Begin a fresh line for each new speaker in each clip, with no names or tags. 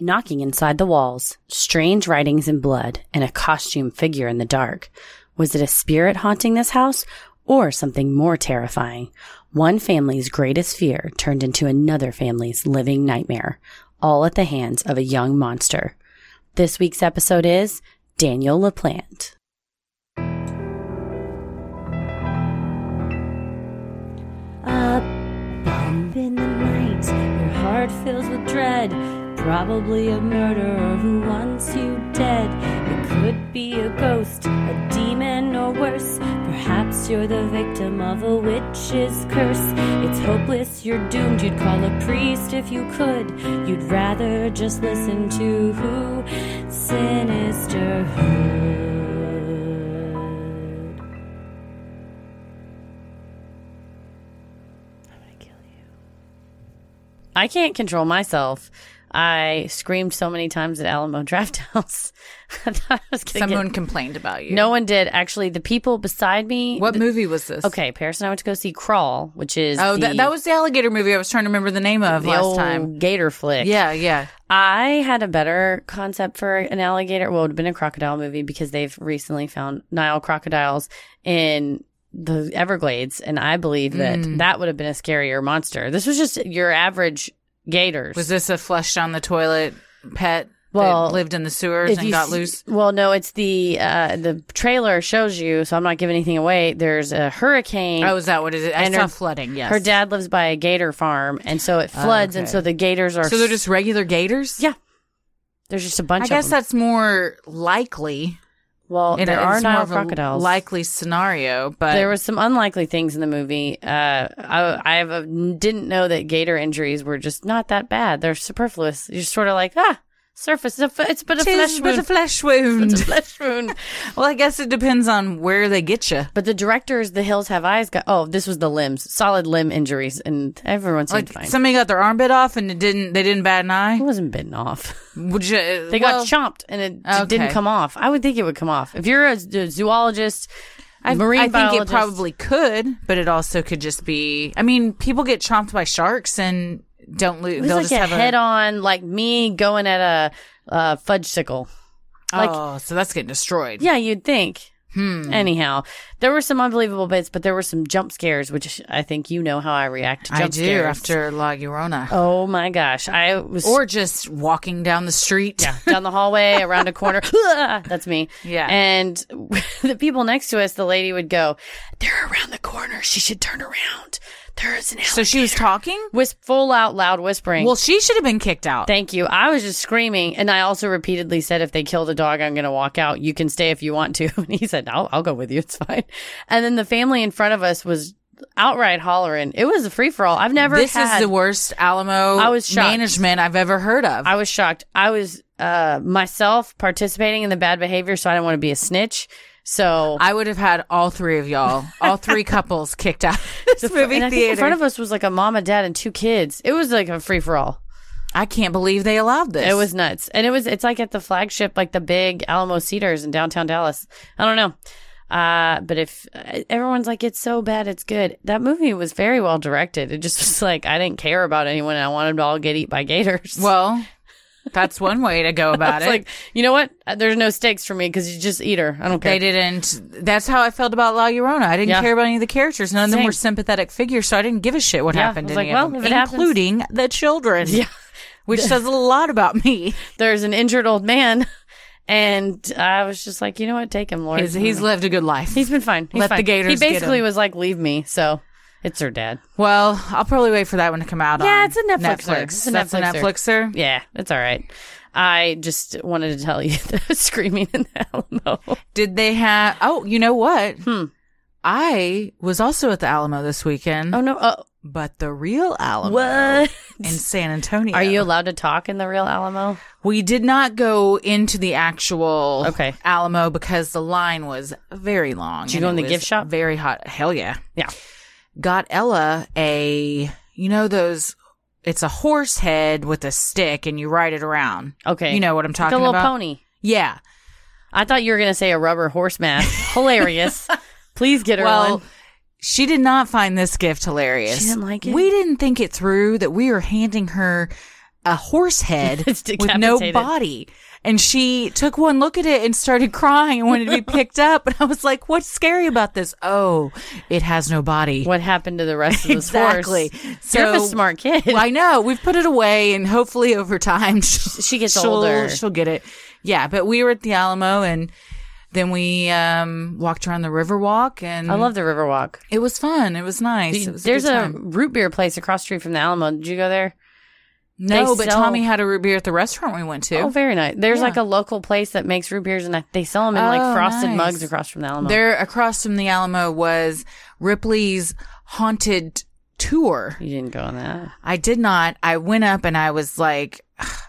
Knocking inside the walls, strange writings in blood, and a costumed figure in the dark. Was it a spirit haunting this house or something more terrifying? One family's greatest fear turned into another family's living nightmare, all at the hands of a young monster. This week's episode is Daniel LaPlante.
Up, bump in the night, your heart fills with dread. Probably a murderer who wants you dead. It could be a ghost, a demon, or worse. Perhaps you're the victim of a witch's curse. It's hopeless, you're doomed. You'd call a priest if you could. You'd rather just listen to who? Sinister Hood. I'm gonna kill you.
I can't control myself. I screamed so many times at Alamo Draft House. I thought I was gonna
Someone
get-
complained about you.
No one did. Actually, the people beside me.
What movie was this?
Okay, Paris and I went to go see Crawl, which is
Oh,
the,
that, that was the alligator movie I was trying to remember the name of
the
last
old
time.
gator flick.
Yeah, yeah.
I had a better concept for an alligator. Well, it would have been a crocodile movie because they've recently found Nile crocodiles in the Everglades, and I believe that
Hmm.
that would have been a scarier monster. This was just your average gators.
Was this a flushed on the toilet pet
Well,
that lived in the sewers
If
and
you
got
s-
loose?
Well, no, it's the uh, the trailer shows you, so I'm not giving anything away. There's a hurricane.
Oh, is that what it is? I
and
saw
her-
flooding. Yes,
Her dad lives by a gator farm, and so it floods, and
okay.
so the gators are
So they're just regular gators.
yeah. There's just a bunch.
I guess
of them.
that's more likely.
well,
It-
there
it's
are
more
Nile
of a
crocodiles.
Likely scenario, but
there was some unlikely things in the movie. Uh, I, I have a, didn't know that gator injuries were just not that bad. They're superfluous. You're sort of like ah, surface. It's, a, f- it's but a
Tis
flesh
but
wound.
a flesh wound.
It's a flesh wound.
well, I guess it depends on where they get you.
But the directors, The Hills Have Eyes, got oh, this was the limbs, solid limb injuries, and everyone seemed
Like
fine.
somebody got their arm bit off and it didn't. They didn't bat an
it
eye.
wasn't bitten off.
Would you?
They
well,
got chomped and it d- didn't
okay.
come off. I would think it would come off. If you're a, z- a zoologist,
I,
marine
I think
biologist,
it probably could, but it also could just be. I mean, people get chomped by sharks and don't
it
lose.
was
They'll
like
just
a
have
head on, like me going at a, uh fudge sickle. like-
oh, so that's getting destroyed.
Yeah, you'd think.
Hmm.
Anyhow, there were some unbelievable bits, but there were some jump scares, which I think you know how I react to jump
I do
scares.
after La Llorona,
Oh my gosh, I was
or just walking down the street.
Yeah, down the hallway, around a corner. Ah, That's me.
Yeah.
And the people next to us, the lady would go, They're around the corner. She should turn around. There is an
So she was talking.
Whisp full out loud whispering.
Well, she should have been kicked out.
thank you. I was just screaming. And I also repeatedly said, If they kill the dog, I'm going to walk out. You can stay if you want to. And he said, I'll, I'll go with you. It's fine. And then the family in front of us was outright hollering. It was a free for all. I've never
this
had.
is the worst Alamo
I was shocked.
management I've ever heard of.
I was shocked. I was uh, myself participating in the bad behavior, so I didn't want to be a snitch. So
I would have had all three of y'all, all three couples kicked out of this movie
and I think
theater.
in front of us was like a mom and dad and two kids. It was like a free for all.
I can't believe they allowed this.
It was nuts, and it was it's like at the flagship, like the big Alamo Cedars in downtown Dallas. I don't know, uh, but if uh, everyone's like it's so bad, it's good. That movie was very well directed. It just was like I didn't care about anyone. And I wanted to all get eat by gators.
Well, that's one way to go about
it's
it.
like you know what? Uh, There's no stakes for me because you just eat her. I don't care.
they didn't. That's how I felt about La Llorona. I didn't
Yeah.
care about any of the characters. None of them
Same.
were sympathetic figures, so I didn't give a shit what
Yeah,
happened.
I was
to
like,
any
well,
of them,
if it happens-
including the children.
Yeah.
which says a lot about me.
There's an injured old man, and I was just like, you know what? Take him, Lord.
He's, he's lived a good life.
he's been fine. He's
Let the
fine.
Gators
He
get
basically
him.
was like, leave me. So it's her dad.
well, I'll probably wait for that one to come out.
Yeah,
on
it's a Netflixer.
Netflix.
It's a
That's a
Netflixer.
Netflixer.
Yeah, it's all right. I just wanted to tell you that I was screaming in the Alamo.
Did they have? Oh, you know what? Hmm. I was also at the Alamo this weekend,
Oh no! Oh,
but the real Alamo
what?
in San Antonio.
Are you allowed to talk in the real Alamo?
We did not go into the actual
Okay.
Alamo because the line was very long.
Did you go
and
in
it
the gift
was
shop?
Very hot. Hell yeah.
Yeah.
Got Ella a you know those it's a horse head with a stick and you ride it around.
Okay.
You know what I'm
Like a
talking
little
about?
pony.
Yeah.
I thought you were gonna say a rubber horse mask. Hilarious. Please get her
well,
on.
she did not find this gift hilarious.
She didn't like it?
We didn't think it through that we were handing her a horse head
It's
with no
decapitated.
body. And she took one look at it and started crying and wanted to be picked up. And I was like, what's scary about this? Oh, it has no body.
What happened to the rest of this
exactly.
horse? You're a smart kid.
Well, I know. We've put it away and hopefully over time she'll,
She gets
she'll-
older.
She'll get it. Yeah. But we were at the Alamo and then we um, walked around the Riverwalk and
I love the Riverwalk.
it was fun. It was nice. It was
There's
a, good
a,
time.
root beer place across the street from the Alamo. Did you go there?
no,
they
but
sell-
Tommy had a root beer at the restaurant we went to.
Oh, very nice. There's
Yeah.
like a local place that makes root beers, and I- they sell them in like
Oh,
frosted
nice.
mugs across from the Alamo.
there, across from the Alamo, was Ripley's haunted tour.
you didn't go on that.
I did not. I went up and I was like,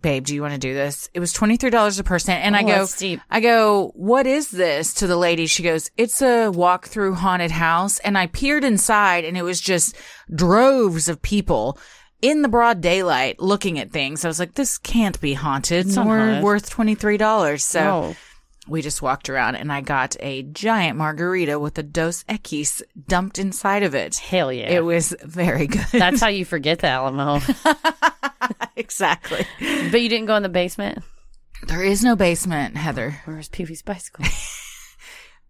"Babe, do you want to do this?" It was twenty three dollars a person, and I
Oh,
go,
that's steep.
"I go, what is this?" To the lady, she goes, "It's a walk through haunted house." And I peered inside, and it was just droves of people in the broad daylight looking at things. I was like, "This can't be haunted.
not
nor
haunted.
worth twenty three dollars." So
No.
we just walked around, and I got a giant margarita with a Dos Equis dumped inside of it.
Hell yeah.
It was very good.
That's how you forget the Alamo.
exactly.
but you didn't go in the basement?
There is no basement, Heather.
Where's Pee Wee's bicycle?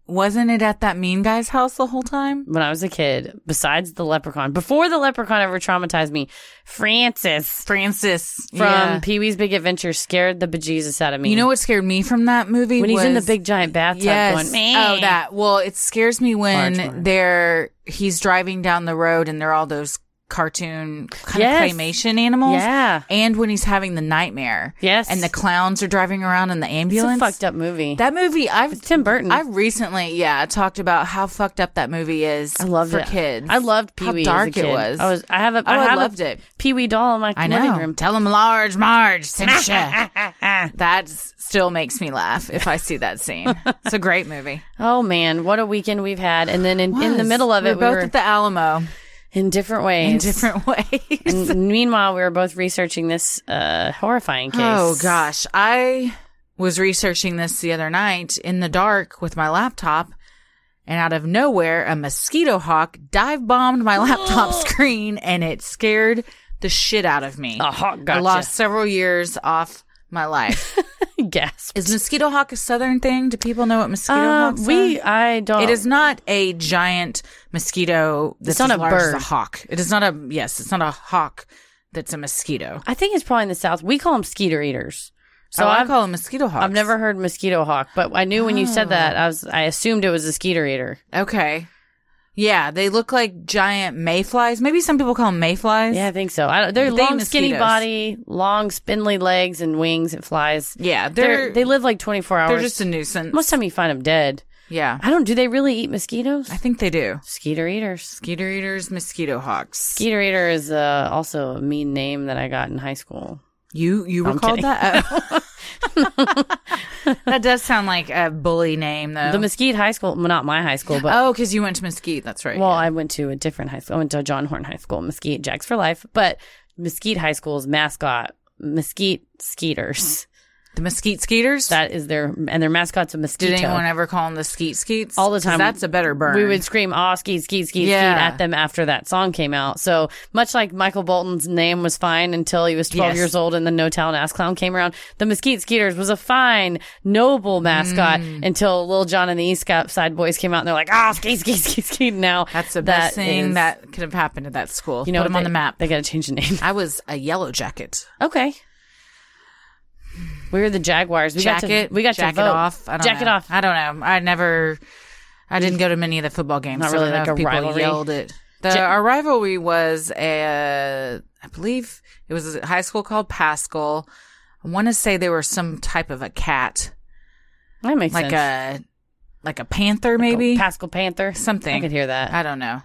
Wasn't it at that mean guy's house the whole time?
when I was a kid, besides the leprechaun, before the leprechaun ever traumatized me, Francis
Francis
from Pee Wee's Big Adventure scared the bejesus out of me.
You know what scared me from that movie?
when he's in the
was-
big giant bathtub
Yes.
going, "Man."
Oh, that. Well, it scares me when
Large one.
they're he's driving down the road and they're all those cartoon kind
Yes.
of claymation animals.
Yeah.
And when he's having the nightmare.
Yes.
And the clowns are driving around in the
It's a
ambulance.
fucked up movie.
That movie, I've
Tim Burton.
I've recently, yeah, talked about how fucked up that movie is.
I loved
for
it.
kids.
I loved Pee
How
Wee.
dark
as a kid.
it was.
I was. I have a.
Oh, I
have a
loved it.
Pee Wee doll in my
I
living
know.
room.
Tell him large Marge sent ya. that still makes me laugh if I see that scene. It's a great movie.
Oh man, what a weekend we've had! And then in, in the
Was.
middle of
We
it,
were both
we were
at the Alamo
in different ways.
in different ways.
And meanwhile, we were both researching this uh, horrifying case.
Oh gosh, I was researching this the other night in the dark with my laptop, and out of nowhere, a mosquito hawk dive bombed my laptop screen, and it scared the shit out of me.
A hawk
I
gotcha.
lost several years off my life.
Gasp.
is mosquito hawk a southern thing? Do people know what mosquito
Uh,
hawks
we, um,
are?
I don't.
It is not a giant mosquito that's
not
as
a
large as a
bird.
hawk. It is not a yes. It's not a hawk that's a mosquito.
I think it's probably in the south. We call them skeeter eaters.
So
So
Oh, I
Oh, I've,
call them mosquito hawks. Oh.
I've never heard mosquito hawk, but I knew when you said that, I was I assumed it was a skeeter eater.
Okay. Yeah, they look like giant mayflies. Maybe some people call them mayflies.
Yeah, I think so. I don't, they're
But they eat
long, skinny
mosquitoes.
body, long, spindly legs and wings. It flies.
Yeah,
They're,
they're
they live like twenty four hours.
they're just a nuisance.
Most time you find them dead.
yeah.
I don't. Do they really eat mosquitoes?
I think they do.
Skeeter eaters.
Skeeter eaters, mosquito hawks.
Skeeter eater is uh, also a mean name that I got in high school.
you you were
I'm
called
kidding.
that? Oh. that does sound like a bully name though.
The Mesquite High School, well, not my high school, but
oh, cuz you went to Mesquite, that's right.
Well, I went to a different high school. I went to John Horn High School, Mesquite Jacks
Mm.
for Life. But Mesquite High School's mascot, Mesquite Skeeters.
The mesquite skeeters?
That is their and their mascot's a mosquito.
Did anyone ever call them the skeet skeets?
all the
'Cause
time.
That's a better burn.
We would scream, "Ah, skeet, skeet, skeet,
Yeah.
skeet" at them after that song came out. So much like Michael Bolton's name was fine until he was 12
Yes.
years old, and the No Talent Ass Clown came around. The Mesquite Skeeters was a fine, noble mascot
Mm.
until Lil Jon and the East Side Boys came out, and they're like, "Ah, skeet, skeet, skeet, skeet." Now
That's the
that
best thing
is-
that could have happened at that school.
you know
Put them
what?
on
They-
the map.
They got to change the name.
I was a yellow jacket.
Okay. We were the Jaguars. We
jacket.
got to, we got
jacket
to vote.
off. I don't
jacket
know.
off.
I don't know. I never. I didn't go to many of the football games.
Not
so I don't
really like
know
a
if people
rivalry.
Yelled it. The,
Ja-
our rivalry was a, I believe it was a high school called Pascal. I want to say they were some type of a cat,
That makes
like
sense.
a like a panther, maybe
Pascal Panther.
something.
I could hear that.
I don't know.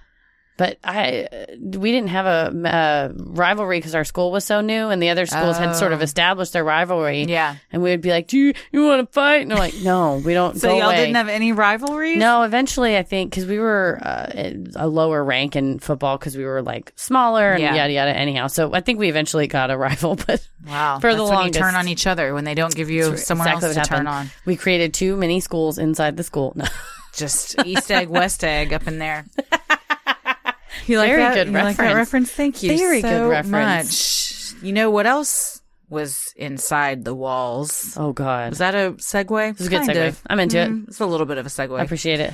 But I, uh, we didn't have a uh, rivalry because our school was so new, and the other schools had sort of
Oh.
established their rivalry.
Yeah.
and we would be like, "Do you, you want to fight?" And they're like, "No, we don't."
So
go
y'all
away."
didn't have any rivalries?
No, eventually I think because we were uh, a lower rank in football because we were like smaller and
Yeah.
yada yada. Anyhow, so I think we eventually got a rival, but
Wow.
For the
That's when
longest.
you turn on each other when they don't give you someone else
what
to
happened.
turn on.
We created too many schools inside the school. No.
Just East Egg, West Egg up in there. You
Very
that?
good
you Like that
reference.
reference? Thank you.
Very
so
good reference.
Much. You know what else was inside the walls?
Oh God,
Was that a segue? It
was a good segue. I'm into it.
It's a little bit of a segue.
I appreciate it.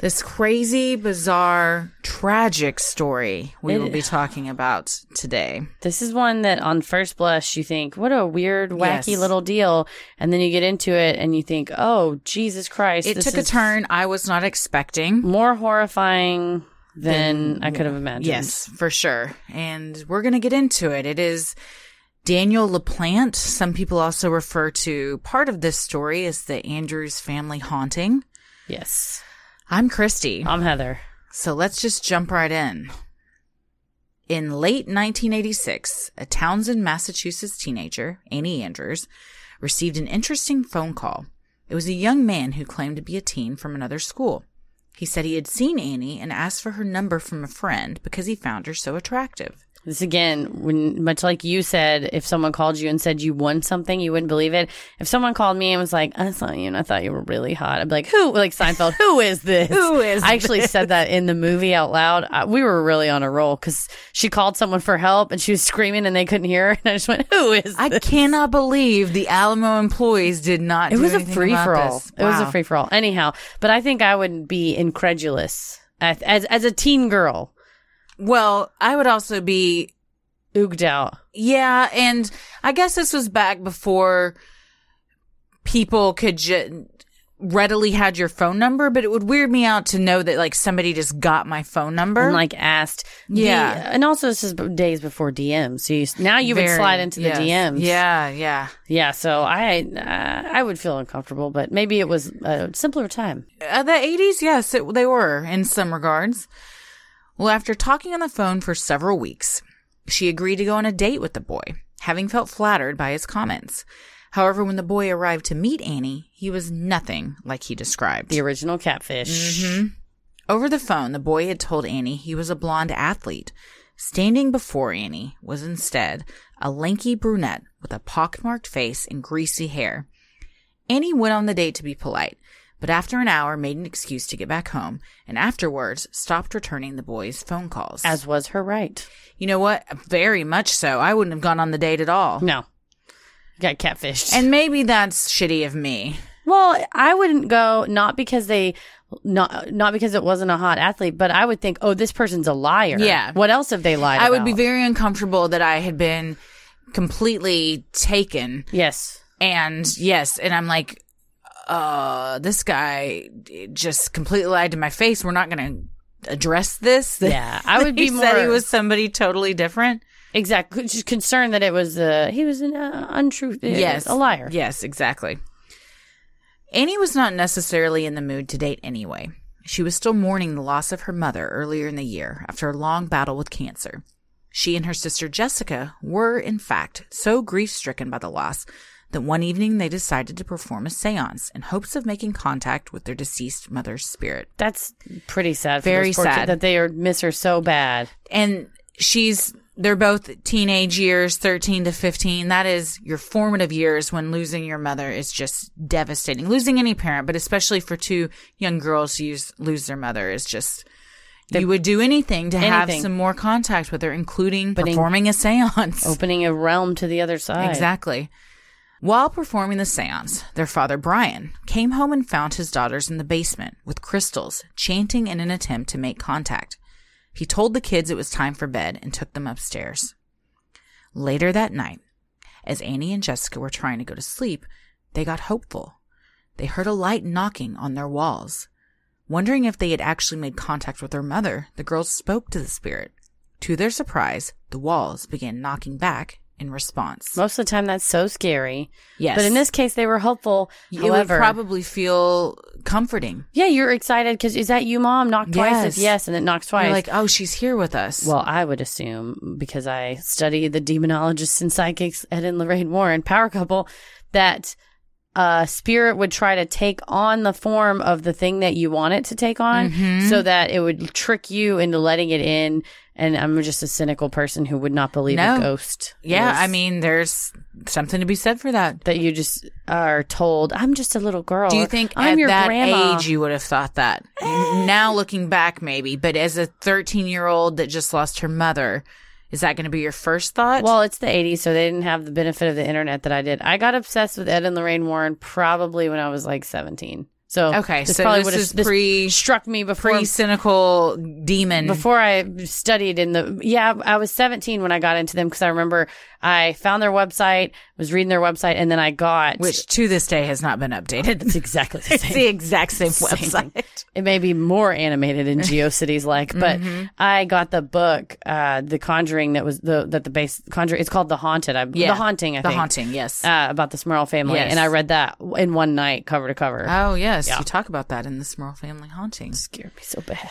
this crazy, bizarre, tragic story we
It-
will be talking about today.
This is one that on first blush you think, what a weird, wacky
Yes.
little deal. And then you get into it and you think, oh, Jesus Christ.
It
this
took a
is
turn I was not expecting.
More horrifying than I could have imagined.
Yes, for sure. And we're going to get into it. It is Daniel LaPlante. Some people also refer to part of this story as the Andrews family haunting.
Yes.
I'm Christy.
I'm Heather.
So let's just jump right in. In late 1986, a Townsend, Massachusetts teenager, Annie Andrews, received an interesting phone call. It was a young man who claimed to be a teen from another school. He said he had seen Annie and asked for her number from a friend because he found her so attractive.
This again, when much like you said, if someone called you and said you won something, you wouldn't believe it. If someone called me and was like, "I saw you and I thought you were really hot," I'd be like, "Who?" Like Seinfeld, "Who is this?"
Who is
I actually said that in the movie out loud. I, we were really on a roll because she called someone for help and she was screaming and they couldn't hear her, and I just went, "Who is?"
I
this?"
cannot believe the Alamo employees did not.
It
do
was a
anything
free
about
for all.
this.
It was a
Wow.
free for all. Anyhow, but I think I would be incredulous as as, as a teen girl,
Well, I would also be
ooged out.
Yeah, and I guess this was back before people could ju- readily had your phone number, but it would weird me out to know that like somebody just got my phone number.
and like asked. the-
Yeah.
and also this is b- days before DMs. So you, s- now you would
Very-
slide into the
yes.
DMs.
Yeah, yeah.
yeah. So I uh, I would feel uncomfortable, but maybe it was a simpler time.
Uh, the 80s, yes, it, they were in some regards. Well, after talking on the phone for several weeks, she agreed to go on a date with the boy, having felt flattered by his comments. However, when the boy arrived to meet Annie, he was nothing like he described.
The original catfish.
Mm-hmm. Over the phone, the boy had told Annie he was a blonde athlete. Standing before Annie was instead a lanky brunette with a pockmarked face and greasy hair. Annie went on the date to be polite, but after an hour made an excuse to get back home and afterwards stopped returning the boy's phone calls.
As was her right.
you know what? Very much so. I wouldn't have gone on the date at all.
No, got catfished.
And maybe that's shitty of me.
Well, I wouldn't go not because they not not because it wasn't a hot athlete, but I would think, oh, this person's a liar.
Yeah.
What else have they lied?
I would be
about?
very uncomfortable that I had been completely taken
yes.
and yes and i'm like uh this guy just completely lied to my face we're not gonna address this
Yeah, I would be
he said he
more-
was somebody totally different
Exactly. Just concerned that it was uh, he was an uh, untruth.
yes
a liar.
yes exactly annie was not necessarily in the mood to date anyway she was still mourning the loss of her mother earlier in the year after a long battle with cancer she and her sister jessica were in fact so grief-stricken by the loss that one evening they decided to perform a seance in hopes of making contact with their deceased mother's spirit
That's pretty sad. For
Very
those poor kids
sad.
that they are, miss her so bad.
and she's they're both teenage years, 13 to 15. That is your formative years when losing your mother is just devastating. Losing any parent, but especially for two young girls who use, lose their mother is just,
They-
you would do anything to have
Anything.
some more contact with her, including
But in- Oh,
performing a seance.
Opening a realm to the other side.
Exactly. While performing the seance, their father, Brian, came home and found his daughters in the basement with crystals, chanting in an attempt to make contact. He told the kids it was time for bed and took them upstairs. Later that night, as Annie and Jessica were trying to go to sleep, they got hopeful. They heard a light knocking on their walls. Wondering if they had actually made contact with their mother, the girls spoke to the spirit. To their surprise, the walls began knocking back in response.
Most of the time, that's so scary.
Yes.
But in this case, they were hopeful.
it
However,
would probably feel comforting.
yeah, you're excited because is that you, mom? Knock twice. If
Yes.
yes, and it knocks twice.
You're like, oh, she's here with us.
Well, I would assume because I study the demonologists and psychics Ed and Lorraine Warren power couple that uh, spirit would try to take on the form of the thing that you want it to take on,
Mm-hmm.
so that it would trick you into letting it in. And I'm just a cynical person who would not believe a
No.
ghost.
yeah,
is-
I mean, there's something to be said for that.
that you just are told. I'm just a little girl.
Do you
or,
think
I'm
at
your
that
grandma. Eh.
age you would have thought that? now looking back, maybe, but as a 13 year old that just lost her mother, is that going to be your first thought?
Well, it's the 80s, so they didn't have the benefit of the internet that I did. I got obsessed with Ed and Lorraine Warren probably when I was like 17. So
Okay, so this
would've-
is pre-
struck me before
pre cynical demon.
before I studied in the yeah I was 17 when I got into them because I remember I found their website, was reading their website, and then I got
which to this day has not been updated.
it's exactly the
It's
same.
the exact same
Same thing.
website.
It may be more animated in GeoCities like, but
Mm-hmm.
I got the book, uh, The Conjuring that was the that the base Conjuring. It's called The Haunted. I, The Haunting. I
the
think.
haunting, yes.
uh, about the Smurl family,
Yes.
and I read that in one night, cover to cover.
oh, yes. You talk about that in the Smurl family haunting.
scared me so bad.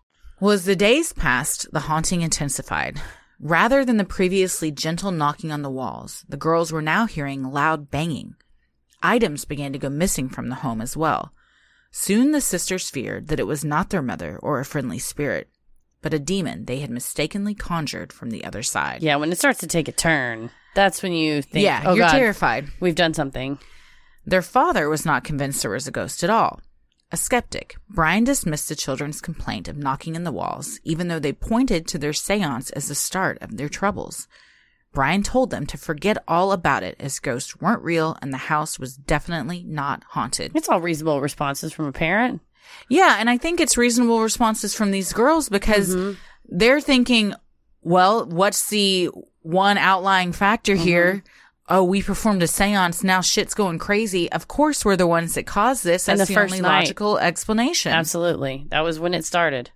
Well, as the days passed, the haunting intensified. Rather than the previously gentle knocking on the walls, the girls were now hearing loud banging. Items began to go missing from the home as well. Soon the sisters feared that it was not their mother or a friendly spirit, but a demon they had mistakenly conjured from the other side.
Yeah, when it starts to take a turn, that's when you think,
yeah,
oh
you're
god,
terrified.
we've done something.
Their father was not convinced there was a ghost at all. A skeptic, Brian dismissed the children's complaint of knocking in the walls, even though they pointed to their seance as the start of their troubles. Brian told them to forget all about it as ghosts weren't real and the house was definitely not haunted.
It's all reasonable responses from a parent.
Yeah, and I think it's reasonable responses from these girls because
Mm-hmm.
they're thinking, well, what's the one outlying factor
Mm-hmm.
here? Oh, we performed a seance. Now shit's going crazy. Of course, we're the ones that caused this.
And
That's
the
the,
first
only
night.
logical explanation.
Absolutely, that was when it started.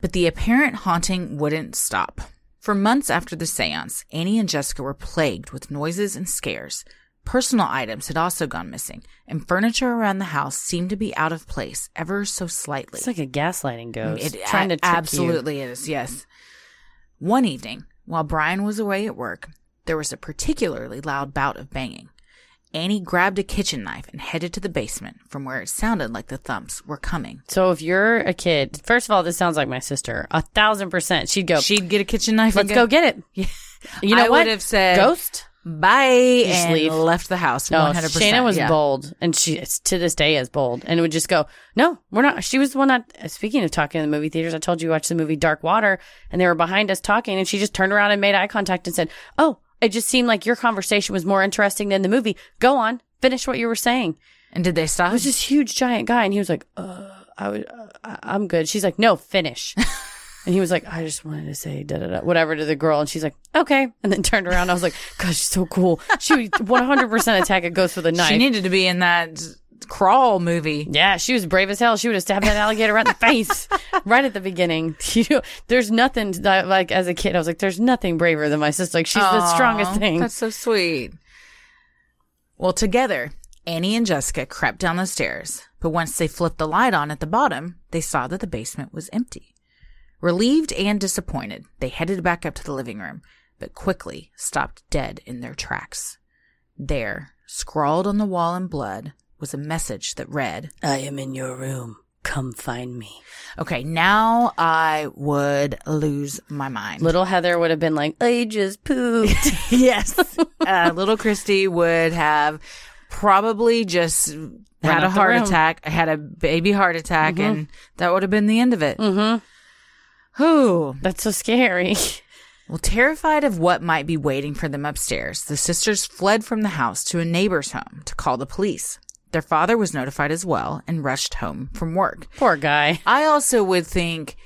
But the apparent haunting wouldn't stop. For months after the seance, Annie and Jessica were plagued with noises and scares. Personal items had also gone missing, and furniture around the house seemed to be out of place ever so slightly.
It's like a gaslighting ghost,
Mm, It
trying to
a-
trick you.
absolutely is. Yes. One evening, While Brian was away at work, there was a particularly loud bout of banging. Annie grabbed a kitchen knife and headed to the basement from where it sounded like the thumps were coming.
So if you're a kid, first of all, this sounds like my sister. A thousand percent. She'd go,
She'd get a kitchen knife
let's
and
go get it. You know
I
what?
would have said,
Ghost?
bye,
just
and
leave.
left the house.
No,
100%.
Shana Oh, was
yeah.
bold, and she is- to this day is bold, and would just go, "No, we're not." She was the one that. Speaking of talking in the movie theaters, I told you we watched the movie Dark Water, and they were behind us talking, and she just turned around and made eye contact and said, "Oh, it just seemed like your conversation was more interesting than the movie. Go on, finish what you were saying."
And did they stop?
I was this huge giant guy, and he was like, "Uh, I would, uh, I- I'm good." She's like, "No, finish." and he was like, "I just wanted to say da da da whatever to the girl," and she's like, "Okay," and then turned around. I was like, "Gosh, she's so cool. She would 100 percent attack a ghost with a knife."
She needed to be in that crawl movie.
yeah, she was brave as hell. She would have stabbed that alligator right in the face, right at the beginning. You know, there's nothing that, like as a kid, I was like, "There's nothing braver than my sister. Like she's the strongest
Aw,
thing."
That's so sweet. Well, together, Annie and Jessica crept down the stairs, but once they flipped the light on at the bottom, they saw that the basement was empty. Relieved and disappointed, they headed back up to the living room, but quickly stopped dead in their tracks. There, scrawled on the wall in blood, was a message that read,
I am in your room. Come find me.
Okay, now I would lose my mind.
Little Heather would have been like, "I just pooped."
Yes. uh, little Christy would have probably just had
out
a
the
heart
room. Mm-hmm.
attack, had a baby heart attack, and that would have been the end of it. Mm-hmm. Who?
That's so scary.
Well, terrified of what might be waiting for them upstairs, the sisters fled from the house to a neighbor's home to call the police. Their father was notified as well and rushed home from work.
Poor guy.
I also would think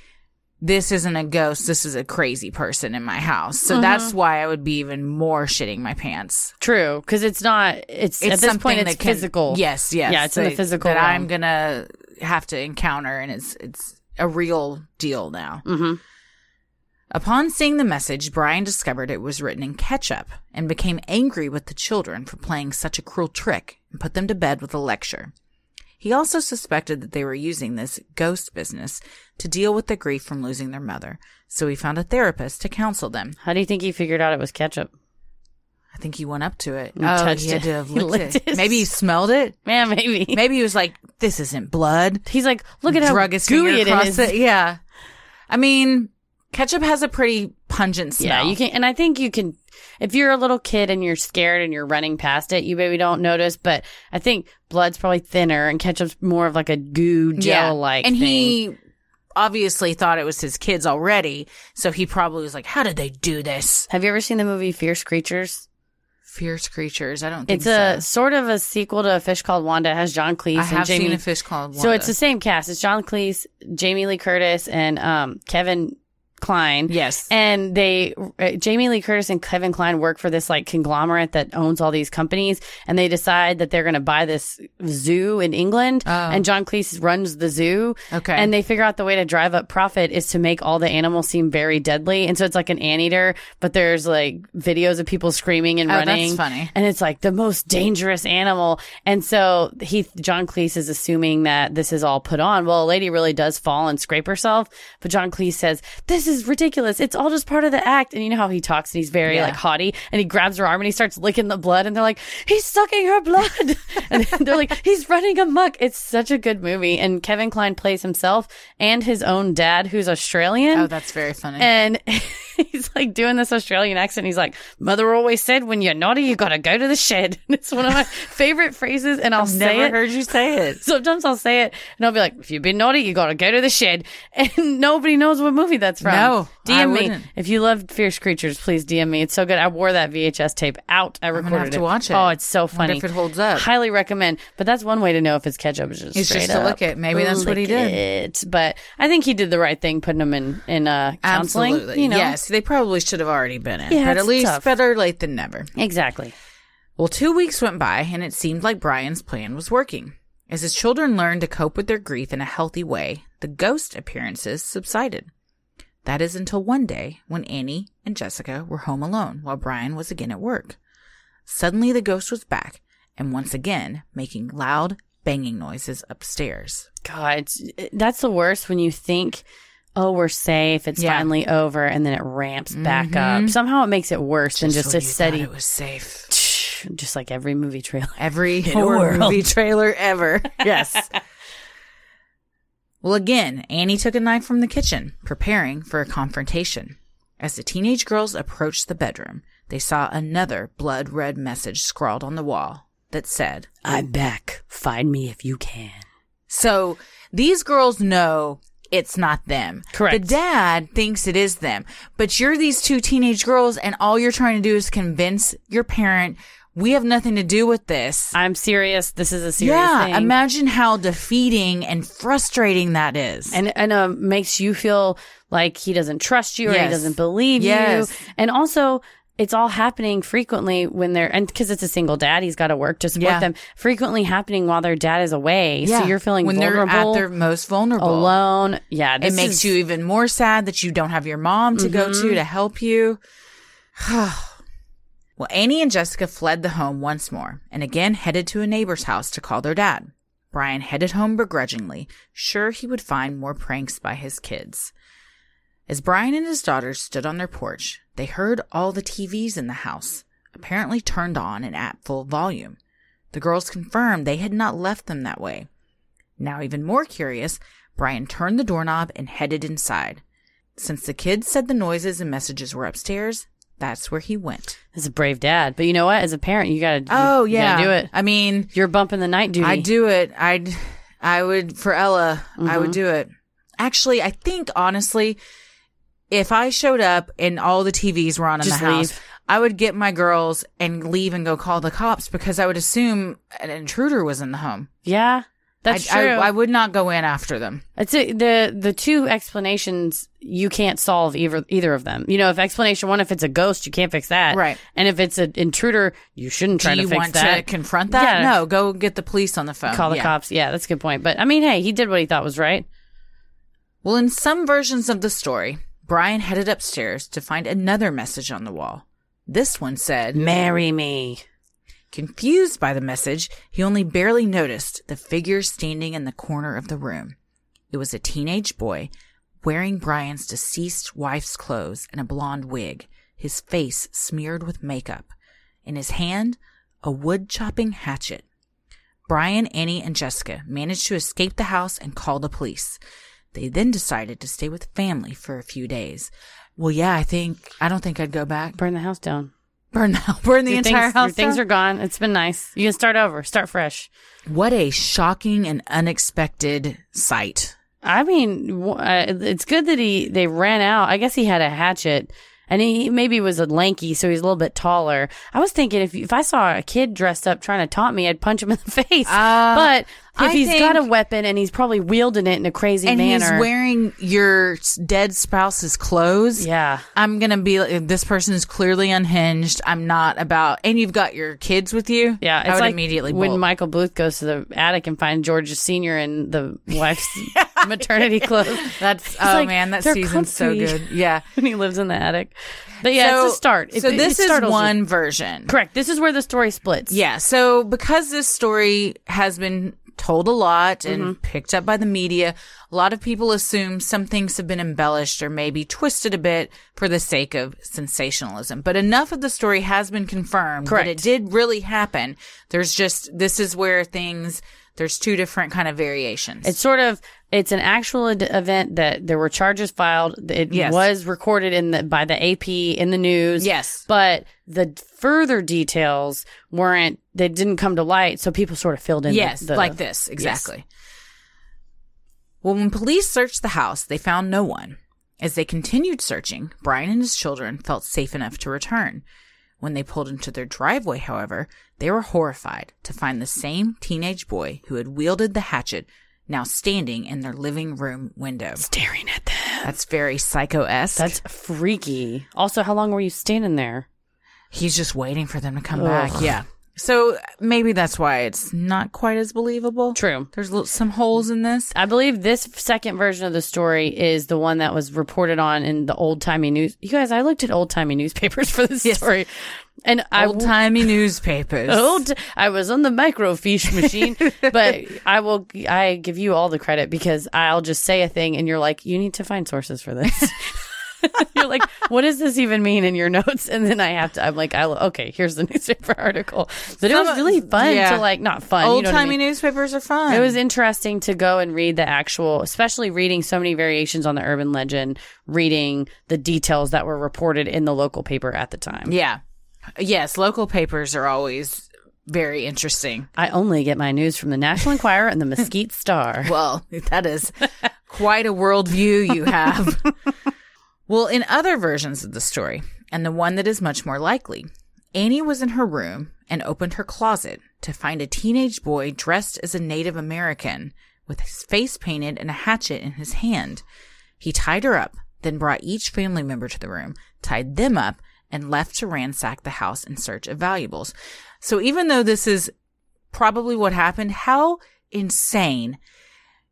this isn't a ghost, this is a crazy person in my house.
Mm-hmm.
So that's why I would be even more shitting my pants.
True, because it's not. It's, at this point it's
can-
physical.
Yes, yes.
Yeah, it's in the
that-
physical
that I'm
realm.
gonna have to encounter, and it's it's a real deal now.
hmm
Upon seeing the message, Brian discovered it was written in ketchup and became angry with the children for playing such a cruel trick and put them to bed with a lecture. He also suspected that they were using this ghost business to deal with the grief from losing their mother, so he found a therapist to counsel them.
How do you think he figured out it was ketchup?
I think he went up to it.
He
oh,
touched
he had
it.
to have
He
licked
licked
it.
it.
Maybe he smelled it.
Yeah, maybe.
Maybe he was like, "This isn't blood."
He's like, look at how
Drug his
gooey
finger
it
across
is.
it. Yeah, I mean, ketchup has a pretty pungent
Yeah,
smell.
you can, and I think you can. If you're a little kid and you're scared and you're running past it, you maybe don't notice. But I think blood's probably thinner and ketchup's more of like a goo
Yeah.
gel like.
and he obviously thought it was his kids already, so he probably was like, "How did they do this?"
Have you ever seen the movie Fierce Creatures?
Fierce creatures. I don't think
It's a
so.
sort of a sequel to a fish called Wanda. It has John Cleese
I
and
have
Jamie.
seen a fish called.
So it's the
Wanda.
same cast. It's John Cleese, Jamie Lee Curtis, and um, Kevin Klein.
yes.
And they, uh, Jamie Lee Curtis and Kevin Klein work for this like conglomerate that owns all these companies, and they decide that they're going to buy this zoo in England.
Oh.
And John Cleese runs the zoo.
Okay.
And they figure out the way to drive up profit is to make all the animals seem very deadly. And so it's like an anteater, but there's like videos of people screaming and
Oh, that's
running.
funny.
And it's like the most dangerous animal. And so he, John Cleese is assuming that this is all put on. Well, a lady really does fall and scrape herself. But John Cleese says, this is ridiculous. It's all just part of the act. And you know how he talks and he's very
Yeah.
like haughty and he grabs her arm and he starts licking the blood. And they're like, he's sucking her blood. and they're like, he's running amok. It's such a good movie. And Kevin Klein plays himself and his own dad, who's Australian.
oh, that's very funny.
And he's like doing this Australian accent. He's like, Mother always said, when you're naughty, you got to go to the shed. And it's one of my favorite phrases. And I'll
I've
say
never
it.
heard you say it.
Sometimes I'll say it and I'll be like, if you've been naughty, you got to go to the shed. And nobody knows what movie that's from.
No,
DM
I
me.
wouldn't.
If you loved Fierce Creatures, please DM me. It's so good. I wore that VHS tape out. I recorded
have to
it.
watch it.
Oh, it's so
Wonder
funny.
if it holds up.
Highly recommend. But that's one way to know if it's ketchup. Is just
It's just
straight
to
up.
lick it. Maybe that's what he
Lick
did.
It. But I think he did the right thing putting him in, in uh, counseling.
Absolutely.
You know?
Yes, they probably should have already been in.
Yeah,
but at
it's
least
tough.
better late than never.
Exactly.
Well, two weeks went by, and it seemed like Brian's plan was working. As his children learned to cope with their grief in a healthy way, the ghost appearances subsided. That is until one day when Annie and Jessica were home alone while Brian was again at work. Suddenly, the ghost was back and once again making loud banging noises upstairs.
God, it's- that's the worst when you think, oh, we're safe. It's
Yeah. Mm-hmm.
finally over. And then it ramps back up. Somehow it makes it worse than just a
when you thought
steady,
It was safe.
just like every movie trailer.
Every
a
horror
world.
movie trailer ever.
Yes.
Well, again, Annie took a knife from the kitchen, preparing for a confrontation. As the teenage girls approached the bedroom, they saw another blood red message scrawled on the wall that said,
I'm back. Find me if you can.
So these girls know it's not them.
Correct.
The dad thinks it is them, but you're these two teenage girls, and all you're trying to do is convince your parent, we have nothing to do with this.
I'm serious. This is a serious
yeah,
thing.
imagine how defeating and frustrating that is.
and and uh, makes you feel like he doesn't trust you or he
Yes.
doesn't believe
Yes.
you. And also, it's all happening frequently when they're and because it's a single dad, he's got to work to support
Yeah.
them. Frequently happening while their dad is away,
Yeah.
so you're feeling
when
vulnerable,
they're at their most vulnerable.
alone. Yeah,
It
this
makes
is-
you even more sad that you don't have your mom to go
Mm-hmm.
to to help you. well, Annie and Jessica fled the home once more and again headed to a neighbor's house to call their dad. Brian headed home begrudgingly, sure he would find more pranks by his kids. As Brian and his daughters stood on their porch, they heard all the TVs in the house, apparently turned on and at full volume. The girls confirmed they had not left them that way. Now, even more curious, Brian turned the doorknob and headed inside. Since the kids said the noises and messages were upstairs, that's where he went.
This is a brave dad, but you know what? As a parent, you gotta. you gotta do it.
I mean,
You're bumping the night duty.
Oh, I do it. I'd, I would for Ella. I
Mm-hmm.
would do it. Actually, I think honestly, if I showed up and all the TVs were on in
Just
the house,
leave.
I would get my girls and leave and go call the cops because I would assume an intruder was in the home.
Yeah, that's
I,
true.
I, I would not go in after them.
It's a, the the two explanations you can't solve either either of them. You know, if explanation one, if it's a ghost, you can't fix that,
Right.
And if it's an intruder, you shouldn't try
Do you
to fix
want
that.
to confront that?
Yeah.
No, go get the police on the phone.
Call the
Yeah.
cops. Yeah, that's a good point. But I mean, hey, he did what he thought was right.
Well, in some versions of the story, Brian headed upstairs to find another message on the wall. This one said,
Marry me.
confused by the message, he only barely noticed the figure standing in the corner of the room. It was a teenage boy wearing Brian's deceased wife's clothes and a blonde wig, his face smeared with makeup. In his hand, a wood chopping hatchet. Brian, Annie, and Jessica managed to escape the house and call the police. They then decided to stay with family for a few days. Well, yeah, I think I don't think I'd go back.
Burn the house down.
Burn the burn the
Your
entire
things,
house.
Your things
down?
are gone. It's been nice. You can start over. Start fresh.
What a shocking and unexpected sight.
I mean, w- uh, it's good that he they ran out. I guess he had a hatchet, and he maybe was a lanky, so he's a little bit taller. I was thinking if if I saw a kid dressed up trying to taunt me, I'd punch him in the face.
Uh,
but if
I
he's got a
think-
weapon and he's probably wielding it in a crazy
And
manner,
he's wearing your s- dead spouse's clothes.
yeah,
I'm going to be like, this person is clearly unhinged. I'm not about, and you've got your kids with you.
yeah.
I
it's
would
like
immediately
when
bolt.
Michael Booth goes to the attic and finds George Senior in the wife's maternity clothes.
That's,
It's
oh
like,
man, that
they're
season's
comfy.
so good. Yeah.
when he lives in the attic. But yeah,
so,
it's a start. It-
so
it-
this
it
is
startles you.
one version.
Correct. This is where the story splits.
Yeah. So because this story has been told a lot and picked up by the media, a lot of people assume some things have been embellished or maybe twisted a bit for the sake of sensationalism. But enough of the story has been confirmed
Correct.
that it did really happen. There's just this is where things there's two different kind of variations.
It's sort of it's an actual ed- event that there were charges filed. It
Yes.
was recorded in the by the AP in the news.
Yes.
but the further details weren't. They didn't come to light, so people sort of filled in. the-
yes,
the-
like this exactly. Well, when police searched the house, they found no one. As they continued searching, Brian and his children felt safe enough to return. When they pulled into their driveway, however, they were horrified to find the same teenage boy who had wielded the hatchet now standing in their living room window.
staring at them.
That's very psycho esque.
That's freaky. Also, how long were you standing there?
He's just waiting for them to come
Ugh.
back. Yeah. So maybe that's why it's not quite as believable.
True.
There's li- some holes in this.
I believe this second version of the story is the one that was reported on in the old timey news. You guys, I looked at old timey newspapers for this
Yes.
story, and I
Old timey newspapers.
old. I was on the microfiche machine, but I will. I give you all the credit because I'll just say a thing, and you're like, you need to find sources for this. you're like, what does this even mean in your notes? And then I have to. I'm like, I okay. Here's the newspaper article. But it
Some
was
of-
really fun
yeah.
to like, not fun. you
Old
know what I
timey
mean?
newspapers are fun.
It was interesting to go and read the actual, especially reading so many variations on the urban legend, reading the details that were reported in the local paper at the time.
yeah. Yes, local papers are always very interesting.
I only get my news from the National Enquirer and the Mesquite Star.
Well, that is quite a worldview you have. well, in other versions of the story, and the one that is much more likely, Annie was in her room and opened her closet to find a teenage boy dressed as a Native American with his face painted and a hatchet in his hand. He tied her up, then brought each family member to the room, tied them up, and left to ransack the house in search of valuables. So even though this is probably what happened, how insane.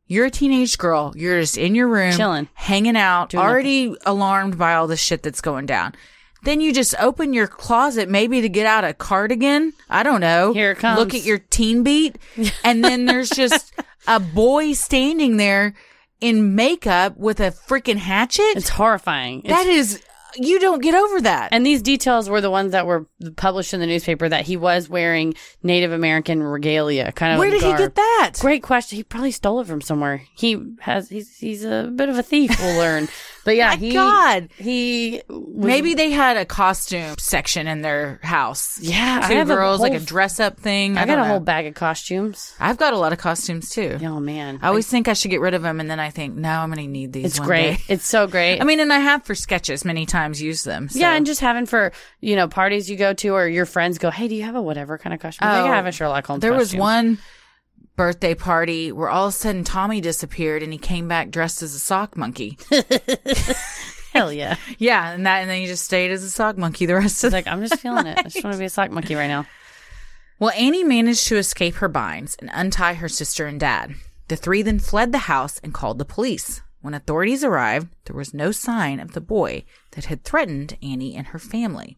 You're a teenage girl. You're just in your room,
Chilling.
hanging out,
Doing
already alarmed by all the shit that's going down. Then you just open your closet, maybe to get out a cardigan. I don't know.
Here it comes.
Look at your teen beat. And then there's just a boy standing there in makeup with a freaking hatchet.
It's horrifying. It's-
That is, you don't get over that.
and these details were the ones that were published in the newspaper that he was wearing Native American regalia, kind of.
Where
like
did he
garb.
get that?
Great question. He probably stole it from somewhere. He has. He's he's a bit of a thief. We'll learn. But yeah,
My
he
God.
he was-
Maybe they had a costume section in their house.
Yeah, I
two
have a
girls, like
whole-
a dress up thing. I,
I, got
don't
a
know.
whole bag of costumes.
I've got a lot of costumes too.
Oh man,
I always think I should get rid of them, and then I think, no, I'm going to need these.
it's
one
great.
day.
It's so great.
I mean, and I have for sketches many times used them. So.
yeah, and just having for you know parties you go to or your friends go, hey, do you have a whatever kind of costume? I think I have a Sherlock Holmes.
Oh, There was
costume."
one birthday party where all of a sudden Tommy disappeared and he came back dressed as a sock monkey.
Hell yeah!
yeah, and that, and then he just stayed as a sock monkey the rst
It's
of the
like I'm just feeling it. I just want to be a sock monkey right now.
Well, Annie managed to escape her binds and untie her sister and dad. The three then fled the house and called the police. When authorities arrived, there was no sign of the boy that had threatened Annie and her family.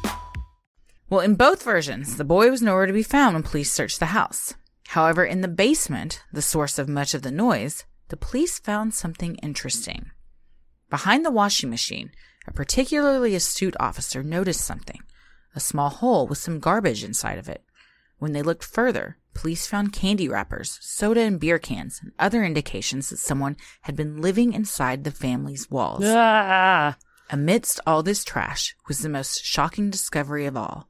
Well, in both versions, the boy was nowhere to be found when police searched the house. However, in the basement, the source of much of the noise, the police found something interesting. Behind the washing machine, a particularly astute officer noticed something a small hole with some garbage inside of it. When they looked further, police found candy wrappers, soda and beer cans, and other indications that someone had been living inside the family's walls.
Ah.
Amidst all this trash was the most shocking discovery of all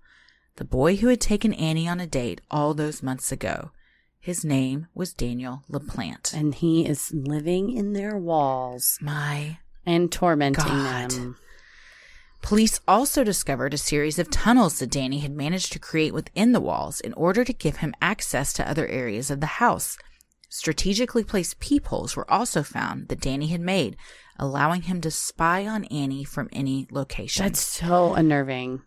the boy who had taken Annie on a date all those months ago. His name was Daniel LaPlante.
And he is living in their walls
my
and tormenting
God.
them.
Police also discovered a series of tunnels that Danny had managed to create within the walls in order to give him access to other areas of the house. Strategically placed peepholes were also found that Danny had made, allowing him to spy on Annie from any location.
That's so unnerving.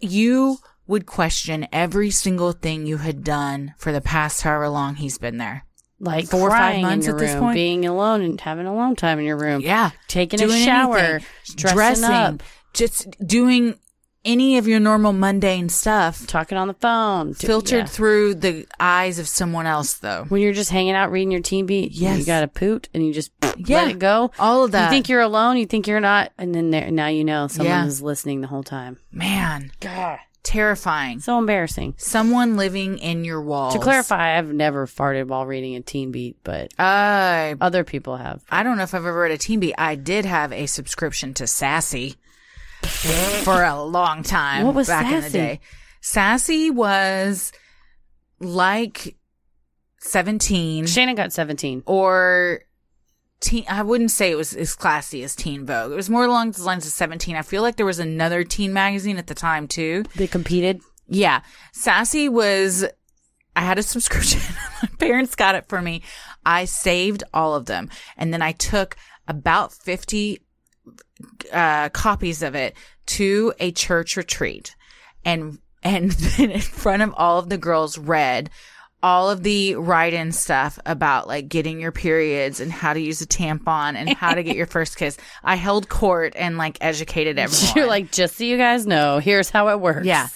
you would question every single thing you had done for the past however long he's been there.
Like
Four or five
crying in
months
your
at this
room,
point?
being alone and having alone time in your room.
Yeah,
taking
doing
a shower,
anything,
dressing, up,
just doing any of your normal mundane stuff,
talking on the phone, do-
filtered
yeah.
through the eyes of someone else, though.
When you're just hanging out reading your TV,
Yes.
you got to poot and you just
Yeah,
let it go.
all of that.
You think you're alone, you think you're not, and then there, now you know someone
Yeah.
is listening the whole time.
Man, God, terrifying.
So embarrassing.
Someone living in your walls.
To clarify, I've never farted while reading a teen beat, but
I
other people have.
I don't know if I've ever read a Teen Beat. I did have a subscription to Sassy for a long time.
What was
back in the
Sassy?
day? Sassy was like seventeen
Shannon got 17.
or teen. I wouldn't say it was as classy as Teen Vogue. It was more along the lines of seventeen. I feel like there was another teen magazine at the time too.
They competed.
Yeah. Sassy was, I had a subscription. My parents got it for me. I saved all of them. And then I took about 50 uh, copies of it to a church retreat. And, and then in front of all of the girls read all of the write in stuff about like getting your periods and how to use a tampon and how to get your first kiss. I held court and like educated everyone.
You're like, just so you guys know, here's how it works.
Yeah.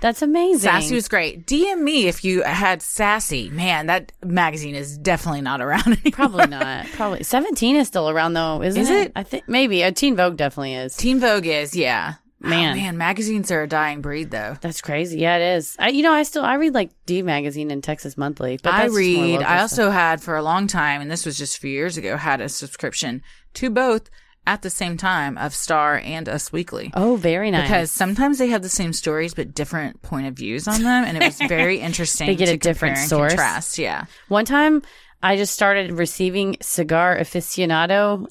That's amazing.
Sassy was great. DM me if you had Sassy. Man, that magazine is definitely not around anymore.
Probably not. Probably 17 is still around though, isn't
Is it?
I think maybe a Teen Vogue definitely is.
Teen Vogue is, yeah.
Man.
Oh, man, magazines are a dying breed, though.
That's crazy. Yeah, it is. I, you know, I still I read like D magazine and Texas Monthly, but
I
that's just more
read.
local
I
stuff.
also had for a long time, and this was just a few years ago, had a subscription to both at the same time of Star and Us Weekly.
oh, very nice
Because sometimes they have the same stories but different point of views on them, and it was very interesting.
They get
to
a different
compare and
source.
Contrast, yeah.
One time, I just started receiving cigar aficionado in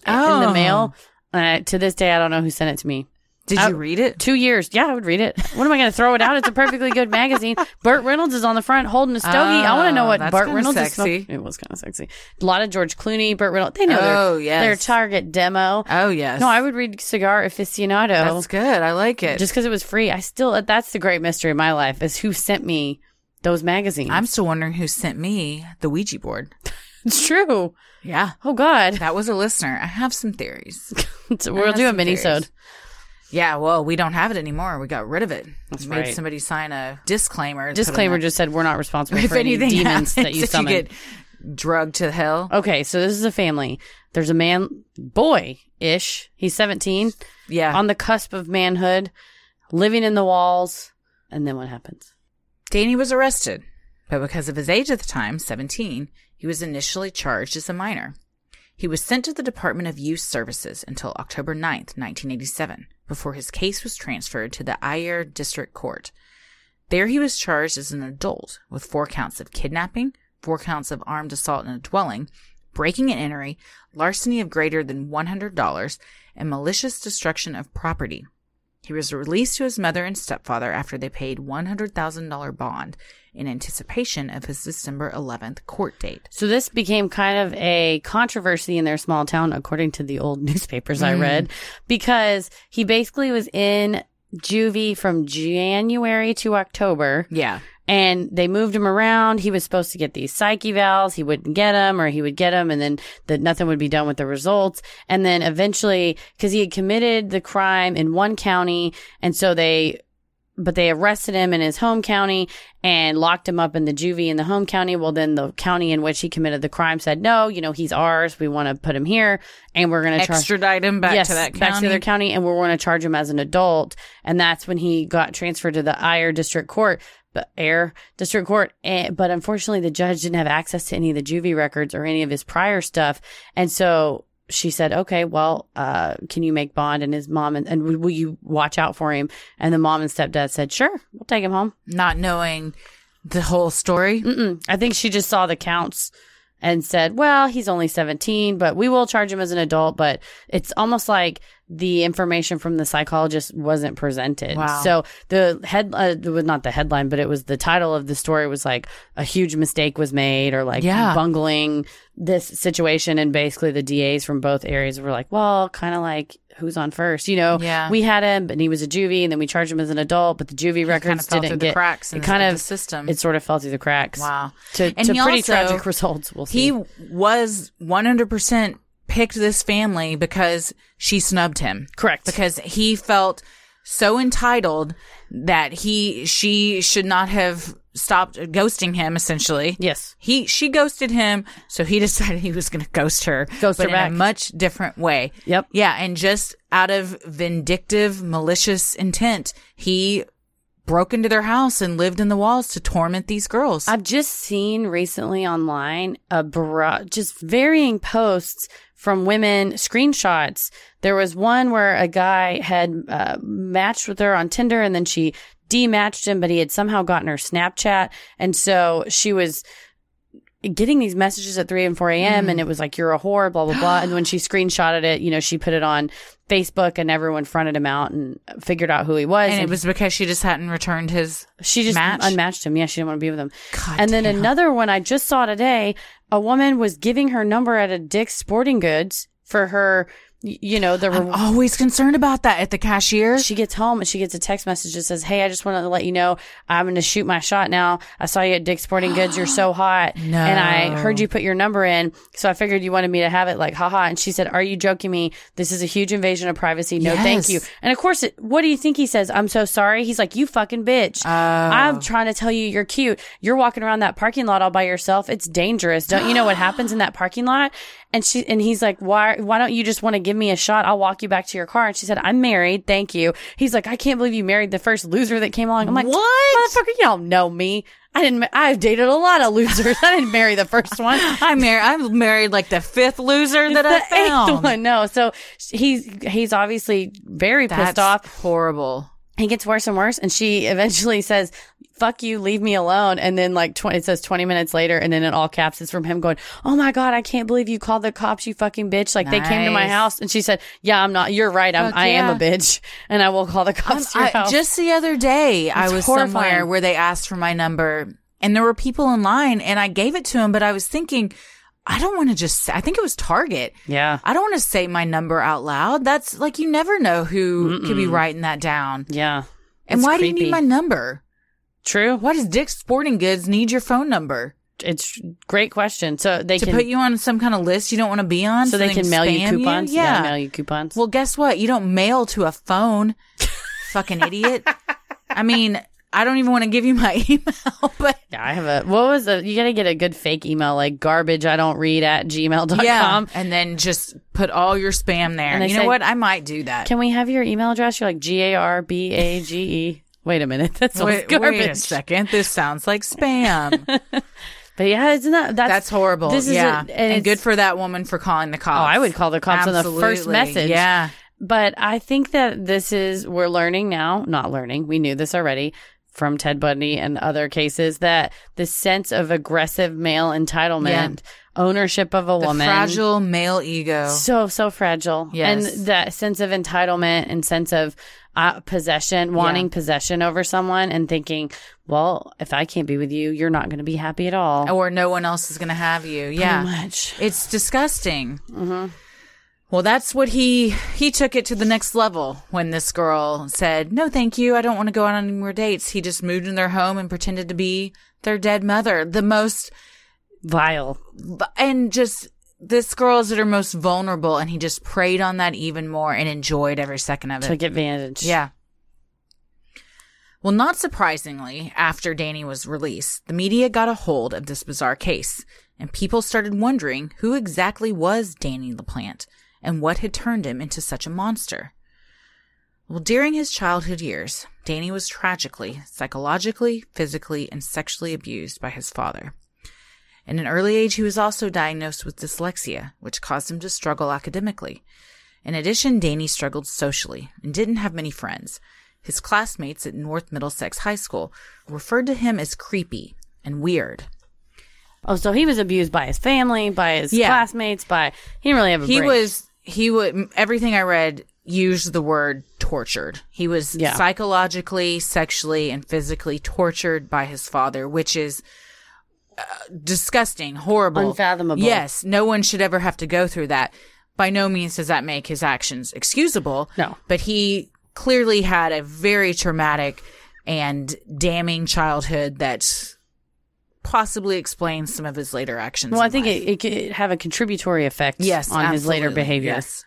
the
Oh.
mail. Uh, to this day, I don't know who sent it to me.
Did
I-
you read it?
Two years. Yeah, I would read it. What am I going to throw it out? It's a perfectly good magazine. Burt Reynolds is on the front holding a stogie. I want to know
Oh,
what
that's
Burt
kinda
Reynolds is
sexy.
smoking. It was kind of sexy. A lot of George Clooney, Burt Reynolds. They know their-
Oh, yes.
their target demo.
Oh yes.
No, I would read Cigar Aficionado.
That's good. I like it.
just because it was free. I still that's the great mystery of my life is who sent me those magazines.
I'm still wondering who sent me the Ouija board.
it's true.
Yeah.
Oh God,
That was a listener. I have some theories.
It's-
I
we'll
have
do a
some
mini sode.
theories. Yeah, well, we don't have it anymore. We got rid of it.
That's
Made
right.
somebody sign a disclaimer. to put in
Disclaimer:
there.
just said we're not responsible
if
for any
anything
demons that
happens,
you
if
summon. Oh,
get drugged to hell.
okay, so this is a family. There's a man, boy ish. He's 17,
yeah.
on the cusp of manhood, living in the walls, and then what happens?
Danny was arrested, but because of his age at the time, 17, he was initially charged as a minor. He was sent to the Department of Youth Services until October 9th, 1987, before his case was transferred to the Ayer District Court. There he was charged as an adult with four counts of kidnapping, four counts of armed assault in a dwelling, breaking and entering, larceny of greater than $100, and malicious destruction of property. He was released to his mother and stepfather after they paid $100,000 bond in anticipation of his December 11th court date.
So this became kind of a controversy in their small town, according to the old newspapers I read, because he basically was in juvie from January to October.
Yeah.
And they moved him around. He was supposed to get these psyche valves. He wouldn't get them, or he would get them, and then that nothing would be done with the results. And then eventually, because he had committed the crime in one county, and so they but they arrested him in his home county and locked him up in the juvie in the home county. Well, then the county in which he committed the crime said, "No, you know he's ours. We want to put him here, and we're going to charge
Extradite him back
yes,
to that county.
back to the other county, and we're going to charge him as an adult." And that's when he got transferred to the Ayer District Court, but Ayer District Court. And, but unfortunately, the judge didn't have access to any of the juvie records or any of his prior stuff, and so. She said, "Okay, well, uh, can you make bond?" And his mom and, and will will you watch out for him? And the mom and stepdad said, "Sure, we'll take him home."
Not knowing the whole story.
Mm-mm. I think she just saw the counts and said, "Well, he's only 17, but we will charge him as an adult." But it's almost like the information from the psychologist wasn't presented.
Wow.
So the head uh, it was not the headline, but it was the title of the story was like a huge mistake was made or like
Yeah.
bungling this situation and basically the DAs from both areas were like, well, kind of like who's on first, you know?
Yeah.
We had him and he was a juvie and then we charged him as an adult, but the juvie
kind of
records
fell
didn't
through
get
the cracks in
it
the,
kind of
system.
it sort of fell through the cracks.
wow.
To,
And
to
he
pretty
also-
tragic results, we'll see.
He was 100% picked this family because she snubbed him.
Correct.
Because he felt so entitled that he she should not have stopped ghosting him essentially.
Yes.
He she ghosted him, so he decided he was going to ghost her,
Ghost
but
her
in
back.
a much different way.
Yep.
Yeah, and just out of vindictive, malicious intent, he broke into their house and lived in the walls to torment these girls.
I've just seen recently online a bra- just varying posts from women, screenshots. There was one where a guy had uh, matched with her on Tinder and then she dematched him, but he had somehow gotten her Snapchat. And so she was getting these messages at 3 and 4 a.m. and it was like, you're a whore, blah, blah, blah. And when she screenshotted it, you know, she put it on Facebook and everyone fronted him out and figured out who he was.
and it was because she just hadn't returned his
She just
match.
unmatched him. Yeah, she didn't want to be with him.
God
and then
damn.
another one I just saw today. A woman was giving her number at a Dick's Sporting Goods for her. y- You know the.
I'm
Re-
always concerned about that at the cashier.
she gets home and she gets a text message that says, "Hey, I just wanted to let you know I'm going to shoot my shot now. I saw you at Dick's Sporting Goods. You're so hot, and I heard you put your number in, so I figured you wanted me to have it. Like, haha." And she said, "Are you joking me? This is a huge invasion of privacy. No, thank
Yes.
you." And of course, it, what do you think he says? I'm so sorry. He's like, "You fucking bitch.
Oh.
I'm trying to tell you you're cute. You're walking around that parking lot all by yourself. It's dangerous. Don't you know what happens in that parking lot?" And she and he's like, "Why? Why don't you just want to give me a shot? I'll walk you back to your car." And she said, "I'm married. Thank you." He's like, "I can't believe you married the first loser that came along." I'm like, "What, motherfucker? You don't know me." I didn't. ma- I've dated a lot of losers. I didn't marry the first one.
I'm married. I'm married like the fifth loser that I
the
found.
eighth one. No, so he's he's obviously very pissed
That's
off.
Horrible.
It gets worse and worse. And she eventually says, fuck you, leave me alone. And then like 20, it says 20 minutes later. And then in all caps, it's from him going, Oh my God, I can't believe you called the cops. You fucking bitch. Like they came to my
Nice.
house and she said, yeah, I'm not, you're right. I'm,
Fuck
I am
yeah.
a bitch and I will call the cops. to your
Um, I-
house.
just the other day, I
It's
was somewhere
horrifying.
where they asked for my number, and there were people in line, and I gave it to them, but I was thinking, I don't want to just. I think it was Target.
yeah.
I don't want to say my number out loud. That's like you never know who could be writing that down.
Yeah.
And
It's
why do you
creepy.
need my number?
True.
Why does Dick's Sporting Goods need your phone number
It's great question. So they
to
can,
put you on some kind of list you don't want to be on?
so they can mail you
spam
coupons.
Yeah.
Mail you coupons.
Well, guess what? You don't mail to a phone. Fucking idiot. I mean, I don't even want to give you my email, but
Yeah, I have a. What was the? You gotta get a good fake email like garbage I don't read at gmail.com.
yeah. And then just put all your spam there.
And they
you know
say-
what? I might do that.
Can we have your email address? You're like G A R B A G E. Wait a minute, that's
wait,
garbage.
wait a second. This sounds like spam.
But yeah, it's not. That's,
That's horrible.
This is
yeah,
a-
and,
and, it's-
good for that woman for calling the cops.
Oh, I would call the cops on the first
Absolutely.
message.
Yeah,
But I think that this is we're learning now. Not learning. We knew this already from Ted Bundy and other cases that the sense of aggressive male entitlement, ownership of a
the
woman,
fragile male ego.
so so fragile
Yes.
and that sense of entitlement and sense of uh, possession wanting possession over someone and thinking well if i can't be with you you're not going to be happy at all
or no one else is going to have you.
Pretty
Oh, Yeah,
much
it's disgusting. Well, that's what he he took it to the next level when this girl said, "No, thank you. I don't want to go out on any more dates." He just moved in their home and pretended to be their dead mother. The most
vile
and just this girl's at her most vulnerable, and he just preyed on that even more and enjoyed every second of it.
took advantage
Yeah. Well, not surprisingly, after Danny was released, the media got a hold of this bizarre case, and people started wondering who exactly was Danny LaPlante and what had turned him into such a monster. Well, during his childhood years, Danny was tragically, psychologically, physically, and sexually abused by his father. In an early age, he was also diagnosed with dyslexia, which caused him to struggle academically. In addition, Danny struggled socially and didn't have many friends. His classmates at North Middlesex High School referred to him as creepy and weird.
oh so he was abused by his family by his
Yeah.
classmates by he didn't really have a
He
break.
was he would everything I read used the word tortured. He was
Yeah.
psychologically, sexually, and physically tortured by his father, which is uh, disgusting, horrible,
Unfathomable.
Yes, no one should ever have to go through that. By no means does that make his actions excusable.
No.
But he clearly had a very traumatic and damning childhood that possibly explains some of his later actions.
Well, I
in
think
life
it, it could have a contributory effect
yes
on his later
absolutely.
behavior.
Yes.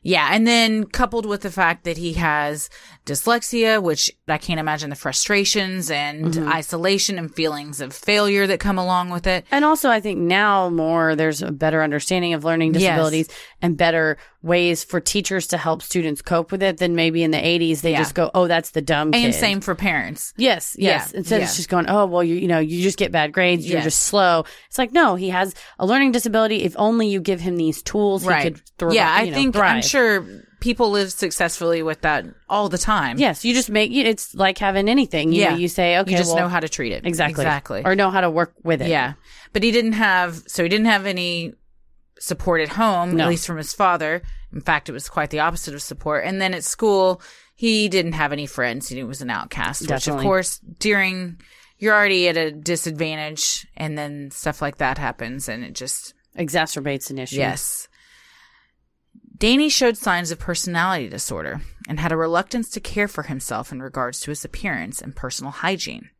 Yeah, and then coupled with the fact that he has dyslexia, which I can't imagine the frustrations and
Mm-hmm.
isolation and feelings of failure that come along with it.
And also, I think now more there's a better understanding of learning
Yes.
disabilities and better ways for teachers to help students cope with it than maybe in the 80s. They
Yeah.
just go, oh, that's the dumb kid.
And same for parents.
Yes, yes.
Yeah,
Instead,
yeah.
it's just going, oh, well, you, you know, you just get bad grades. You're
Yes.
just slow. It's like, no, he has a learning disability. If only you give him these tools, he could thrive.
yeah, I
you know,
think I'm
thrive.
sure people live successfully with that all the time.
Yes, you just make it's like having anything. You
yeah.
know, you say, okay,
you just
well,
know how to treat it
exactly,
exactly,
or know how to work with it.
Yeah. But he didn't have, so he didn't have any support at home,
No.
at least from his father. In fact, it was quite the opposite of support. And then at school, he didn't have any friends. He was an outcast, which
Definitely.
of course, during, you're already at a disadvantage and then stuff like that happens and it just,
exacerbates an issue.
yes. Danny showed signs of personality disorder and had a reluctance to care for himself in regards to his appearance and personal hygiene.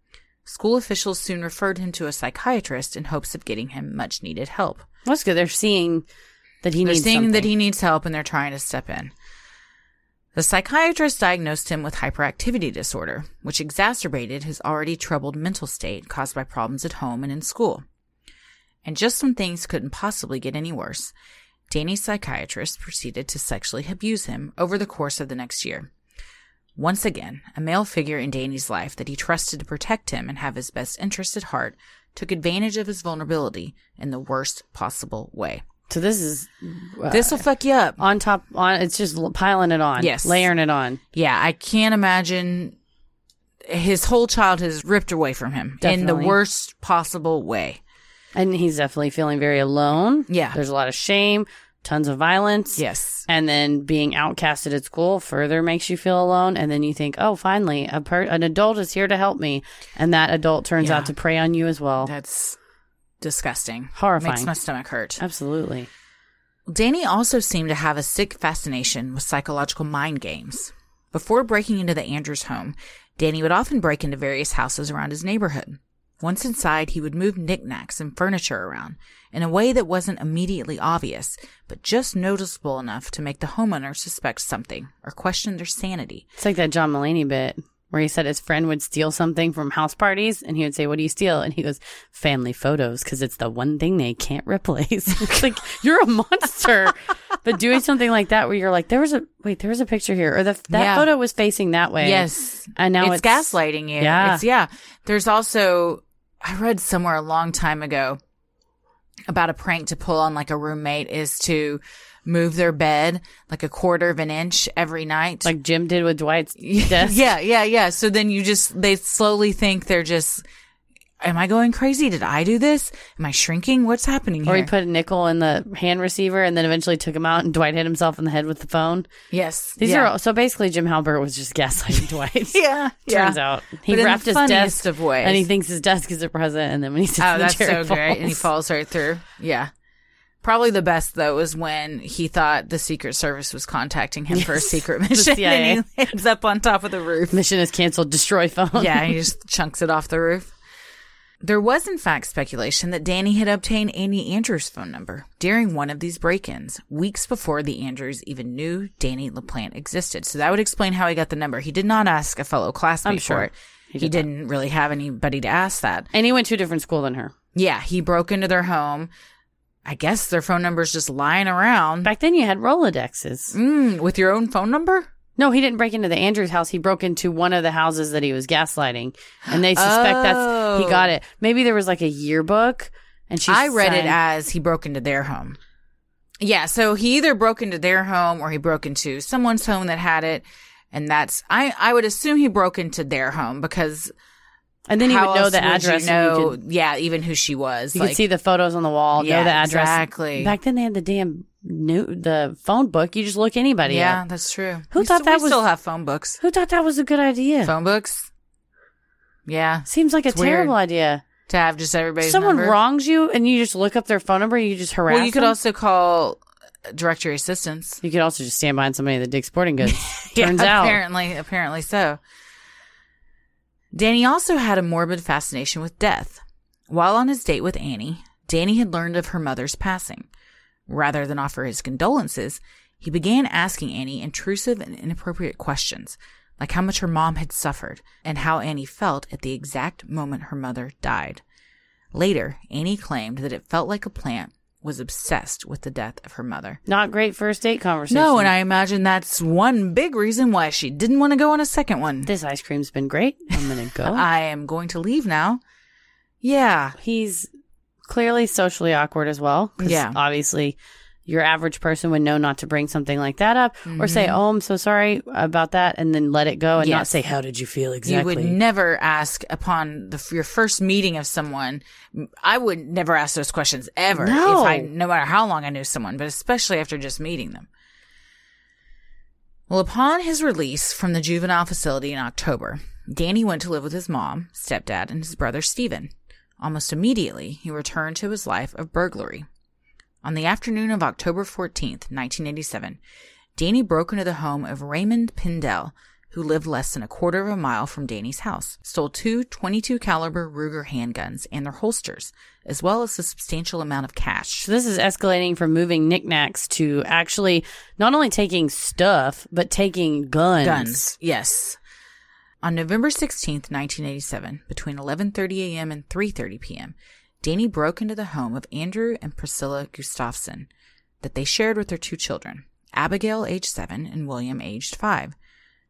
School officials soon referred him to a psychiatrist in hopes of getting him much needed help.
that's good. They're seeing that he
they're
needs
seeing
something.
that he needs help and they're trying to step in. The psychiatrist diagnosed him with hyperactivity disorder, which exacerbated his already troubled mental state caused by problems at home and in school. And just when things couldn't possibly get any worse, Danny's psychiatrist proceeded to sexually abuse him over the course of the next year. Once again, a male figure in Danny's life that he trusted to protect him and have his best interests at heart took advantage of his vulnerability in the worst possible way.
so this is uh,
This will fuck you up.
on top on. It's just l- piling it on.
Yes.
layering it on.
Yeah, I can't imagine his whole childhood is ripped away from him in the
Definitely.
worst possible way.
And he's definitely feeling very alone.
Yeah.
There's a lot of shame, tons of violence.
Yes.
And then being outcasted at school further makes you feel alone. And then you think, oh, finally, a per- an adult is here to help me. And that adult turns
Yeah.
out to prey on you as well.
That's disgusting.
Horrifying.
Makes my stomach hurt.
Absolutely.
Danny also seemed to have a sick fascination with psychological mind games. Before breaking into the Andrews home, Danny would often break into various houses around his neighborhood. Once inside, he would move knickknacks and furniture around in a way that wasn't immediately obvious, but just noticeable enough to make the homeowner suspect something or question their sanity.
It's like that John Mulaney bit where he said his friend would steal something from house parties and he would say, What do you steal? And he goes, Family photos, because it's the one thing they can't replace. it's like, you're a monster. but doing something like that where you're like, There was a, wait, there was a picture here, or the, that
Yeah.
photo was facing that way.
Yes.
And now it's,
gaslighting you.
Yeah.
It's, yeah. There's also, I read somewhere a long time ago about a prank to pull on like a roommate is to move their bed like a quarter of an inch every night.
Like Jim did with Dwight's desk.
yeah, yeah, yeah. So then you just, they slowly think they're just, am I going crazy? Did I do this? Am I shrinking? What's happening here?
Or he put a nickel in the hand receiver and then eventually took him out and Dwight hit himself in the head with the phone.
yes.
These
yeah.
are all, so basically Jim Halpert was just gaslighting Dwight.
yeah.
Turns
yeah.
out he
But in the
wrapped his
funniest
desk
of ways.
and he thinks his desk is a present. And then when he sits
Oh,
in the
that's so
chair, he
great. And he
falls.
falls right through. Yeah. Probably the best though was when he thought the Secret Service was contacting him for a secret mission
CIA.
and he ends up on top of the roof.
Mission is canceled. Destroy phone.
yeah, he just chunks it off the roof. There was, in fact, speculation that Danny had obtained Andy Andrews' phone number during one of these break ins, weeks before the Andrews even knew Danny LaPlante existed. So that would explain how he got the number. He did not ask a fellow classmate
I'm
for
sure.
it. He, didn't really have anybody to ask that.
And he went to a different school than her.
Yeah, he broke into their home. I guess their phone number's just lying around.
Back then, you had Rolodexes.
Mm, with your own phone number?
No, he didn't break into the Andrews house. He broke into one of the houses that he was gaslighting, and they suspect that's he
Oh.
got it. Maybe there was like a yearbook, and she.
I read it
signed-
as he broke into their home. Yeah, so he either broke into their home or he broke into someone's home that had it. And that's I I would assume he broke into their home because
and then he
how
would know
else
the address.
You
and you
know,
could-
yeah, even who she was.
You
like,
could see the photos on the wall, know
Yeah,
the address.
exactly.
Back then they had the damn new the phone book. You just look anybody
yeah,
up.
that's true.
Who
We
thought
still-
that
we
was-
still have phone books?
Who thought that was a good idea?
Phone books. Yeah,
Seems like a
It's weird.
terrible idea.
to have just everybody's
Someone
number.
wrongs you and you just look up their phone number and you just harass
Well, you could
them?
also call uh, directory assistance.
You could also just stand behind somebody that digs sporting goods. Turns
yeah,
out.
apparently, apparently so. Danny also had a morbid fascination with death. While on his date with Annie, Danny had learned of her mother's passing. Rather than offer his condolences, he began asking Annie intrusive and inappropriate questions, like how much her mom had suffered and how Annie felt at the exact moment her mother died. Later, Annie claimed that it felt like a plant was obsessed with the death of her mother.
Not great first date conversation.
No, and I imagine that's one big reason why she didn't want to go on a second one.
This ice cream's been great. I'm gonna go.
Oh, I am going to leave now. Yeah.
He's clearly socially awkward as well. 'cause
Yeah.
Obviously, your average person would know not to bring something like that up or say, "Oh, I'm so sorry about that," and then let it go and not
Mm-hmm. Yes.
say, "How did you feel exactly?"
You would never ask upon the, f- your first meeting of someone. I would never ask those questions ever.
No.
If I, no matter how long I knew someone, but especially after just meeting them. Well, upon his release from the juvenile facility in October, Danny went to live with his mom, stepdad, and his brother Stephen. Almost immediately, he returned to his life of burglary. On the afternoon of October 14th, 1987, Danny broke into the home of Raymond Pindell, who lived less than a quarter of a mile from Danny's house, stole two 22 caliber Ruger handguns and their holsters, as well as a substantial amount of cash.
So this is escalating from moving knickknacks to actually not only taking stuff but taking guns.
yes. On November 16th, 1987, between 11:30 a.m. and 3:30 p.m., Danny broke into the home of Andrew and Priscilla Gustafson that they shared with their two children, Abigail aged 7 and William aged 5.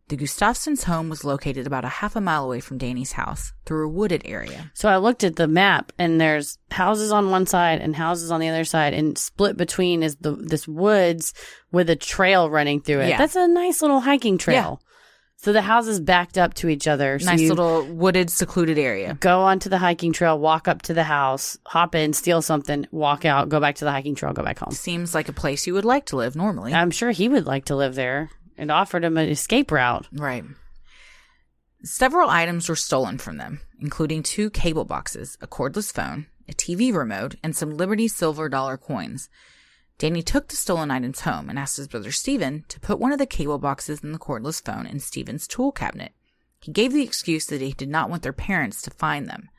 The Gustafsons' home was located about a half a mile away from Danny's house through a wooded area.
So I looked at the map and there's houses on one side and houses on the other side and split between is the this woods with a trail running through it.
Yeah.
That's a nice little hiking trail. So the houses backed up to each other. So
nice
you
little wooded secluded area.
go onto the hiking trail, walk up to the house, hop in, steal something, walk out, go back to the hiking trail, go back home.
Seems like a place you would like to live normally.
I'm sure he would like to live there. It offered him an escape route.
Right. Several items were stolen from them, including two cable boxes, a cordless phone, a TV remote, and some Liberty silver dollar coins. Danny took the stolen items home and asked his brother Steven to put one of the cable boxes and the cordless phone in Steven's tool cabinet. He gave the excuse that he did not want their parents to find them.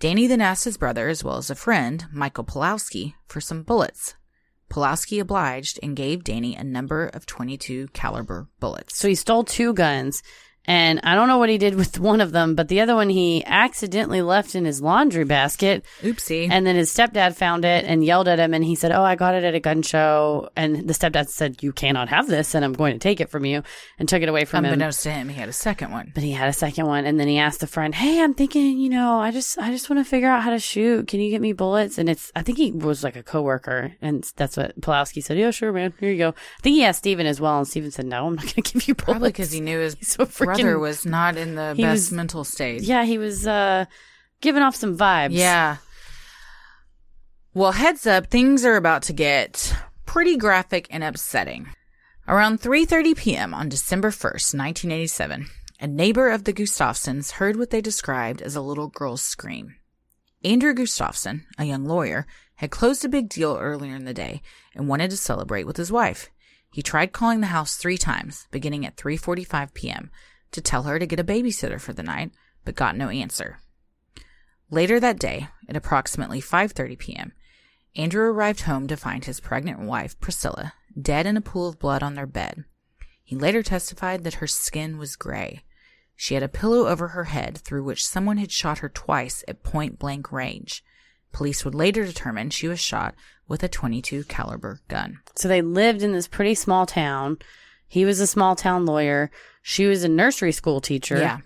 Danny then asked his brother, as well as a friend, Michael Pulowski, for some bullets. Pulowski obliged and gave Danny a number of 22 caliber bullets.
So he stole two guns, and I don't know what he did with one of them, but the other one he accidentally left in his laundry basket.
Oopsie.
And then his stepdad found it and yelled at him, and he said, "Oh, I got it at a gun show." And the stepdad said, "You cannot have this, and I'm going to take it from you," and took it away from him.
unbeknownst to him, he had a second one.
But he had a second one, and then he asked the friend, "Hey, I'm thinking, you know, I just, I just want to figure out how to shoot. Can you get me bullets?" And it's, I think he was like a coworker, and that's what Pulowski said. Yeah, sure, man. Here you go. I think he asked Steven as well, and Steven said, "No, I'm not going to give you bullets."
Probably because he knew his
He's so freaking-
brother was not in the
He
best
was-
mental state.
Yeah, he was uh giving off some vibes.
Yeah. Well, heads up, things are about to get pretty graphic and upsetting. Around 3:30 p.m. on December 1st, 1987, a neighbor of the Gustafsons heard what they described as a little girl's scream. Andrew Gustafson, a young lawyer, had closed a big deal earlier in the day and wanted to celebrate with his wife. He tried calling the house 3 times, beginning at 3:45 p.m., to tell her to get a babysitter for the night, but got no answer. Later that day, at approximately 5:30 p.m., Andrew arrived home to find his pregnant wife, Priscilla, dead in a pool of blood on their bed. He later testified that her skin was gray. She had a pillow over her head through which someone had shot her twice at point blank range. Police would later determine she was shot with a 22 caliber gun.
So they lived in this pretty small town. He was a small town lawyer. She was a nursery school teacher.
Yeah.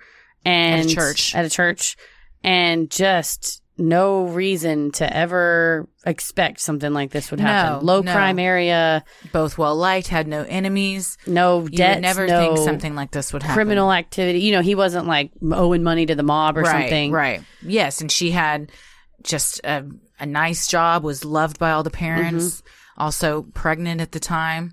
And
At a church.
At a church. And just no reason to ever expect something like this would happen.
No,
Low
no.
crime area,
Both well liked, had no enemies.
no
You
debts,
would never
no
think something like this would happen.
criminal activity. You know, he wasn't like owing money to the mob or
right,
something.
Right. Yes, and she had just a, a nice job, was loved by all the parents.
Mm-hmm.
also pregnant at the time.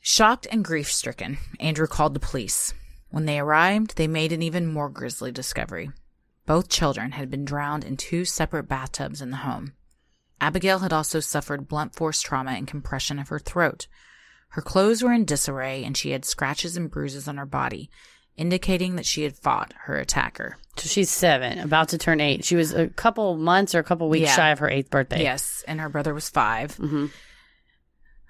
Shocked and grief stricken, Andrew called the police. When they arrived, they made an even more grisly discovery. Both children had been drowned in two separate bathtubs in the home. Abigail had also suffered blunt force trauma and compression of her throat. Her clothes were in disarray and she had scratches and bruises on her body, indicating that she had fought her attacker.
So she's seven, about to turn eight. She was a couple months or a couple weeks
Yeah.
shy of her eighth birthday. Mm-hmm.
Yes, and her brother was 5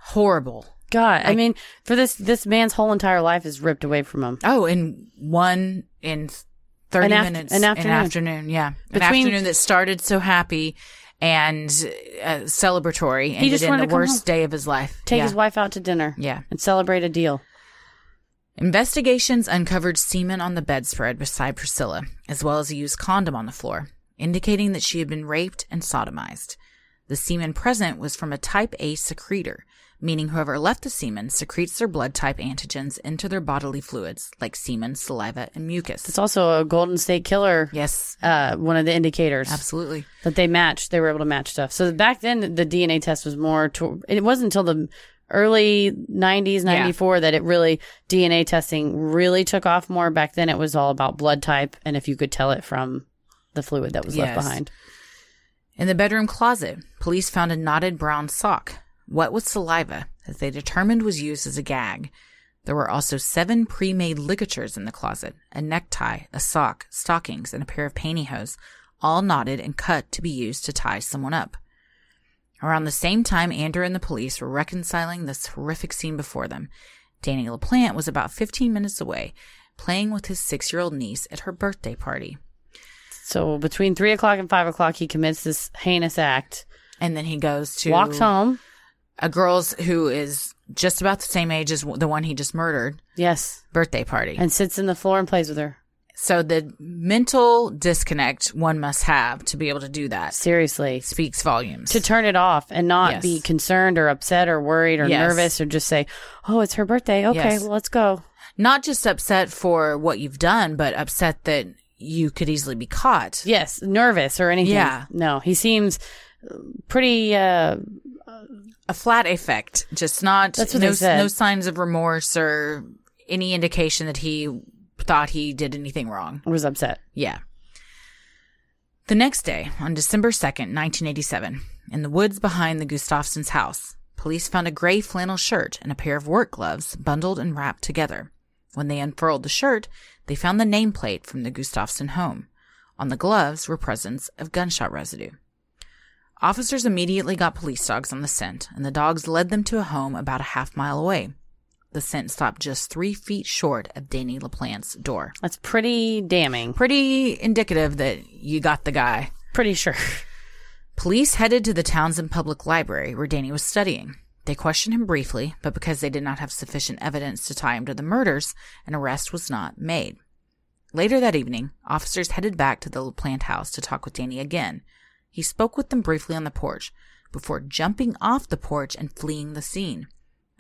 Horrible.
God, I,
I-
mean, for this this man's whole entire life is ripped away from him.
Oh, in one in thirty
An aft-
minutes,
an afternoon.
yeah,
Between-
an afternoon that started so happy and uh, celebratory, ended
just
in
wanted
the
to come home.
worst day of his life.
Take
Yeah.
his wife out to dinner.
Yeah.
And celebrate a deal.
Investigations uncovered semen on the bedspread beside Priscilla, as well as a used condom on the floor, indicating that she had been raped and sodomized. The semen present was from a type A secretor, meaning whoever left the semen secretes their blood type antigens into their bodily fluids, like semen, saliva, and mucus.
It's also a Golden State Killer.
Yes,
Uh, one of the indicators
absolutely.
that they matched, they were able to match stuff. So back then, the DNA test was more. To, it wasn't until the early '90s,
Yeah.
'94, that it really DNA testing really took off more. Back then, it was all about blood type and if you could tell it from the fluid that was left
Yes.
behind.
In the bedroom closet, police found a knotted brown sock, wet with saliva, that they determined was used as a gag. There were also seven pre made ligatures in the closet a necktie, a sock, stockings, and a pair of pantyhose, all knotted and cut to be used to tie someone up. Around the same time, Andrew and the police were reconciling this horrific scene before them. Danny LaPlante was about 15 minutes away, playing with his six year old niece at her birthday party.
So between three o'clock and five o'clock, he commits this heinous act.
And then he goes to.
Walks home.
a girl's who is just about the same age as the one he just murdered
Yes.
birthday party.
And sits in the floor and plays with her.
so the mental disconnect one must have to be able to do that
Seriously.
speaks volumes.
To turn it off and not
Yes.
be concerned or upset or worried or
Yes.
nervous or just say, oh, it's her birthday. Okay,
Yes.
well, let's go.
Not just upset for what you've done, but upset that you could easily be caught.
Yes, nervous or anything.
Yeah.
No, he seems pretty, uh,
A flat effect, just not
That's what
no,
they said.
no signs of remorse or any indication that he thought he did anything wrong.
was upset.
Yeah. The next day, on December 2nd, 1987, in the woods behind the Gustafsons' house, police found a gray flannel shirt and a pair of work gloves bundled and wrapped together. When they unfurled the shirt, they found the nameplate from the Gustafson home. On the gloves were presents of gunshot residue. Officers immediately got police dogs on the scent, and the dogs led them to a home about a half mile away. The scent stopped just three feet short of Danny LaPlante's door
That's pretty damning.
pretty indicative that you got the guy.
Pretty sure.
Police headed to the Townsend Public Library where Danny was studying. They questioned him briefly, but because they did not have sufficient evidence to tie him to the murders, an arrest was not made. Later that evening, officers headed back to the LaPlante house to talk with Danny again. He spoke with them briefly on the porch before jumping off the porch and fleeing the scene.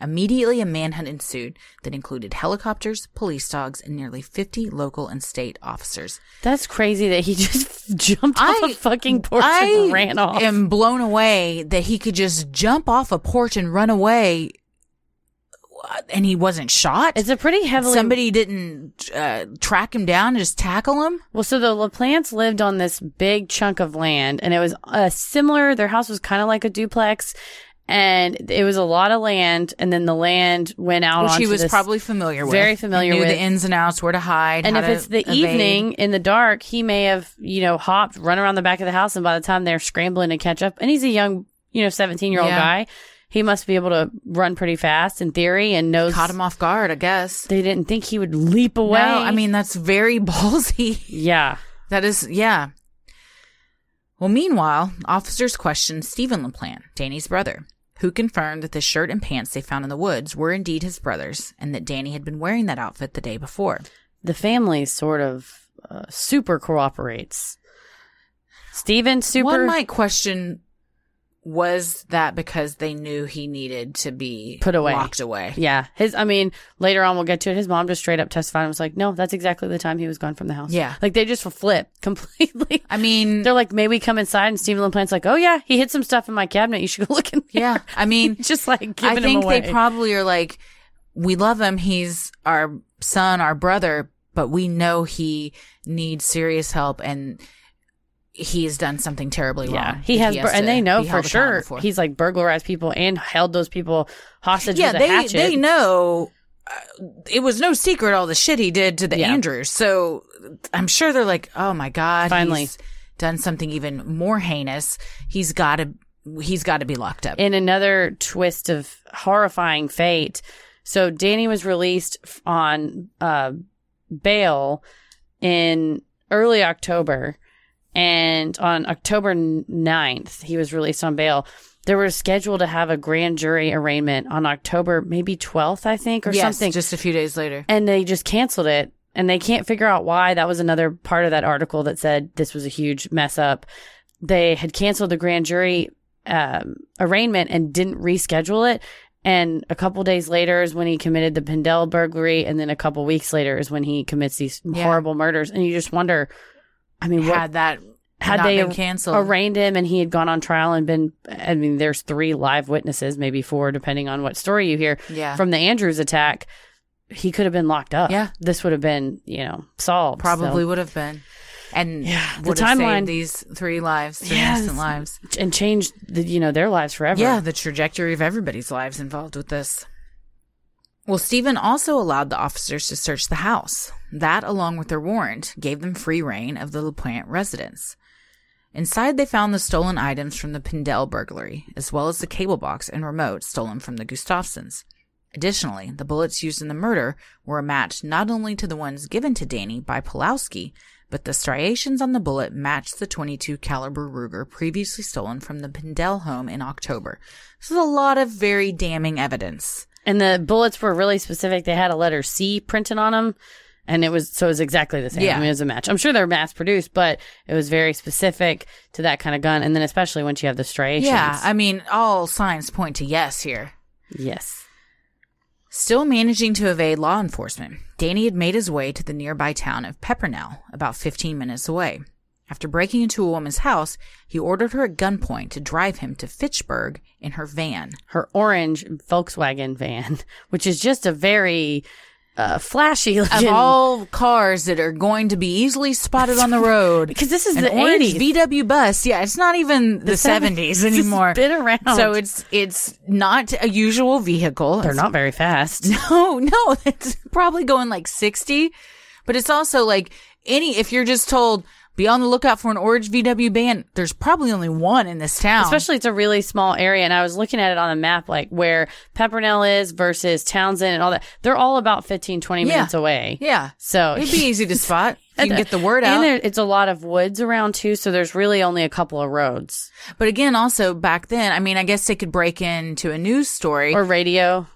Immediately, a manhunt ensued that included helicopters, police dogs, and nearly 50 local and state officers.
That's crazy that he just jumped off a fucking porch
I
and ran off.
am blown away that he could just jump off a porch and run away and he wasn't shot.
it's a pretty heavily
Somebody didn't uh, track him down and just tackle him.
Well, so the LaPlants lived on this big chunk of land, and it was uh, similar. Their house was kind of like a duplex, and it was a lot of land. And then the land went out.
Which he
onto
was
this-
probably familiar with.
very familiar
He knew
with.
the ins and outs, where to hide.
And
how
if
to
it's the
evade.
evening in the dark, he may have you know hopped, run around the back of the house, and by the time they're scrambling to catch up, and he's a young you know seventeen year old
Yeah.
guy, he must be able to run pretty fast in theory, and knows
caught him off guard, I guess.
They didn't think he would leap away.
No, I mean that's very ballsy.
yeah.
That is, yeah. Well, meanwhile, officers questioned Stephen LaPlante, Danny's brother, who confirmed that the shirt and pants they found in the woods were indeed his brother's and that Danny had been wearing that outfit the day before.
the family sort of uh, super cooperates. Steven super
One might question was that because they knew he needed to be
put away,
locked away?
Yeah, his. I mean, later on we'll get to it. His mom just straight up testified and was like, "No, that's exactly the time he was gone from the house."
Yeah.
like they just flip completely.
I mean,
They're like, "May we come inside?" And Steven LaPlante's like, "Oh yeah, he hid some stuff in my cabinet. You should go look in." There.
yeah. I mean,
just like giving
I think
him away.
they probably are like, we love him. He's our son, our brother, but we know he needs serious help and he has done something terribly
yeah,
wrong.
he
that
has, bur-
to
and they know
be
for
held
sure
accountable for.
he's like burglarized people and held those people hostage.
yeah,
with a
they
hatchet.
they know. Uh, it was no secret all the shit he did to the
Yeah.
Andrews. So I'm sure they're like, oh my god,
Finally.
he's done something even more heinous. He's got to he's got to be locked up.
in another twist of horrifying fate. So Danny was released f- on uh, bail in early October. And on October 9th, he was released on bail. They were scheduled to have a grand jury arraignment on October maybe 12th, I think, or
yes,
something.
just a few days later.
and they just canceled it. And they can't figure out why. That was another part of that article that said this was a huge mess up. They had canceled the grand jury um, arraignment and didn't reschedule it. And a couple days later is when he committed the Pendel burglary, and then a couple weeks later is when he commits these
Yeah.
horrible murders. And you just wonder, I mean, what,
had that
had
not
they
been canceled,
arraigned him and he had gone on trial and been i mean there's three live witnesses maybe four depending on what story you hear
Yeah.
from the andrews attack he could have been locked up
Yeah.
this would have been you know solved
Probably
so.
would have been. And
Yeah, the
would have
timeline-
saved these three lives, three
Yes.
innocent lives.
and changed the, you know their lives forever
Yeah, the trajectory of everybody's lives involved with this. Well, Stephen also allowed the officers to search the house. That, along with their warrant, gave them free reign of the LaPlante residence. Inside, they found the stolen items from the Pindell burglary, as well as the cable box and remote stolen from the Gustafsons. Additionally, the bullets used in the murder were a match not only to the ones given to Danny by Pulowski, but the striations on the bullet matched the 22 caliber Ruger previously stolen from the Pindell home in October. This is a lot of very damning evidence.
and the bullets were really specific they had a letter c printed on them and it was so it was exactly the same
Yeah.
i mean it was a match i'm sure they're mass produced but it was very specific to that kind of gun and then especially once you have the striations
Yeah, I mean, all signs point to yes here.
yes
Still managing to evade law enforcement, Danny had made his way to the nearby town of Peppernell, about 15 minutes away. After breaking into a woman's house, he ordered her at gunpoint to drive him to Fitchburg in her van.
her orange Volkswagen van, which is just a very uh, flashy
Of
looking.
all cars that are going to be easily spotted on the road,
Because this is
an
the
orange
80s.
VW bus. Yeah, it's not even the, 70s,
70s. It's
anymore.
been around.
so it's it's not a usual vehicle.
they're
It's
not very fast.
No, Oh, no, it's probably going like 60, but it's also like any, if you're just told, be on the lookout for an orange VW van, there's probably only one in this town.
Especially, it's a really small area, and I was looking at it on a map, like where Peppernell is versus Townsend and all that. They're all about 15, 20
Yeah.
minutes away.
yeah.
So
it'd be easy to spot. You can get the word
And
out.
there, it's a lot of woods around too, so there's really only a couple of roads
but again, also back then, I mean, I guess they could break into a news story.
or radio.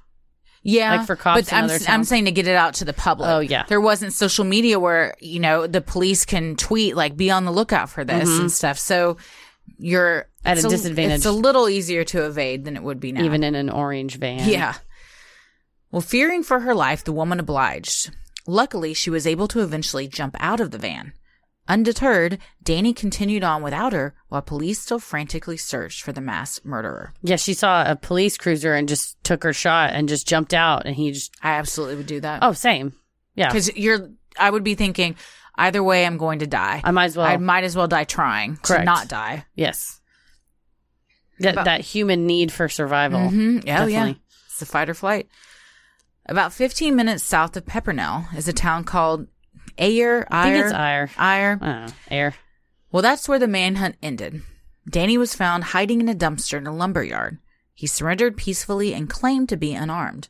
yeah.
like for cops
But
in
I'm,
other
s- I'm
towns.
saying to get it out to the public.
Oh, yeah.
There wasn't social media where, you know, the police can tweet, like, be on the lookout for this and stuff. So you're
Mm-hmm. At a
it's
disadvantage.
It's a little easier to evade than it would be now.
even in an orange van.
Yeah. Well, fearing for her life, the woman obliged. Luckily, she was able to eventually jump out of the van. Undeterred, Danny continued on without her while police still frantically searched for the mass murderer.
Yeah, she saw a police cruiser and just took her shot and just jumped out and he just
I absolutely would do that.
Oh, same. Yeah.
because you're, I would be thinking, either way, I'm going to die.
I might as well.
I might as well die trying
Correct.
to not die.
Yes. That
About-
that human need for survival.
hmm Oh, yeah.
Mm-hmm. Definitely.
It's the fight or flight. About 15 minutes south of Peppernell is a town called Ayer.
I think it's Eyre.
Ayer.
I don't know. Air.
Well, that's where the manhunt ended. Danny was found hiding in a dumpster in a lumber yard. He surrendered peacefully and claimed to be unarmed.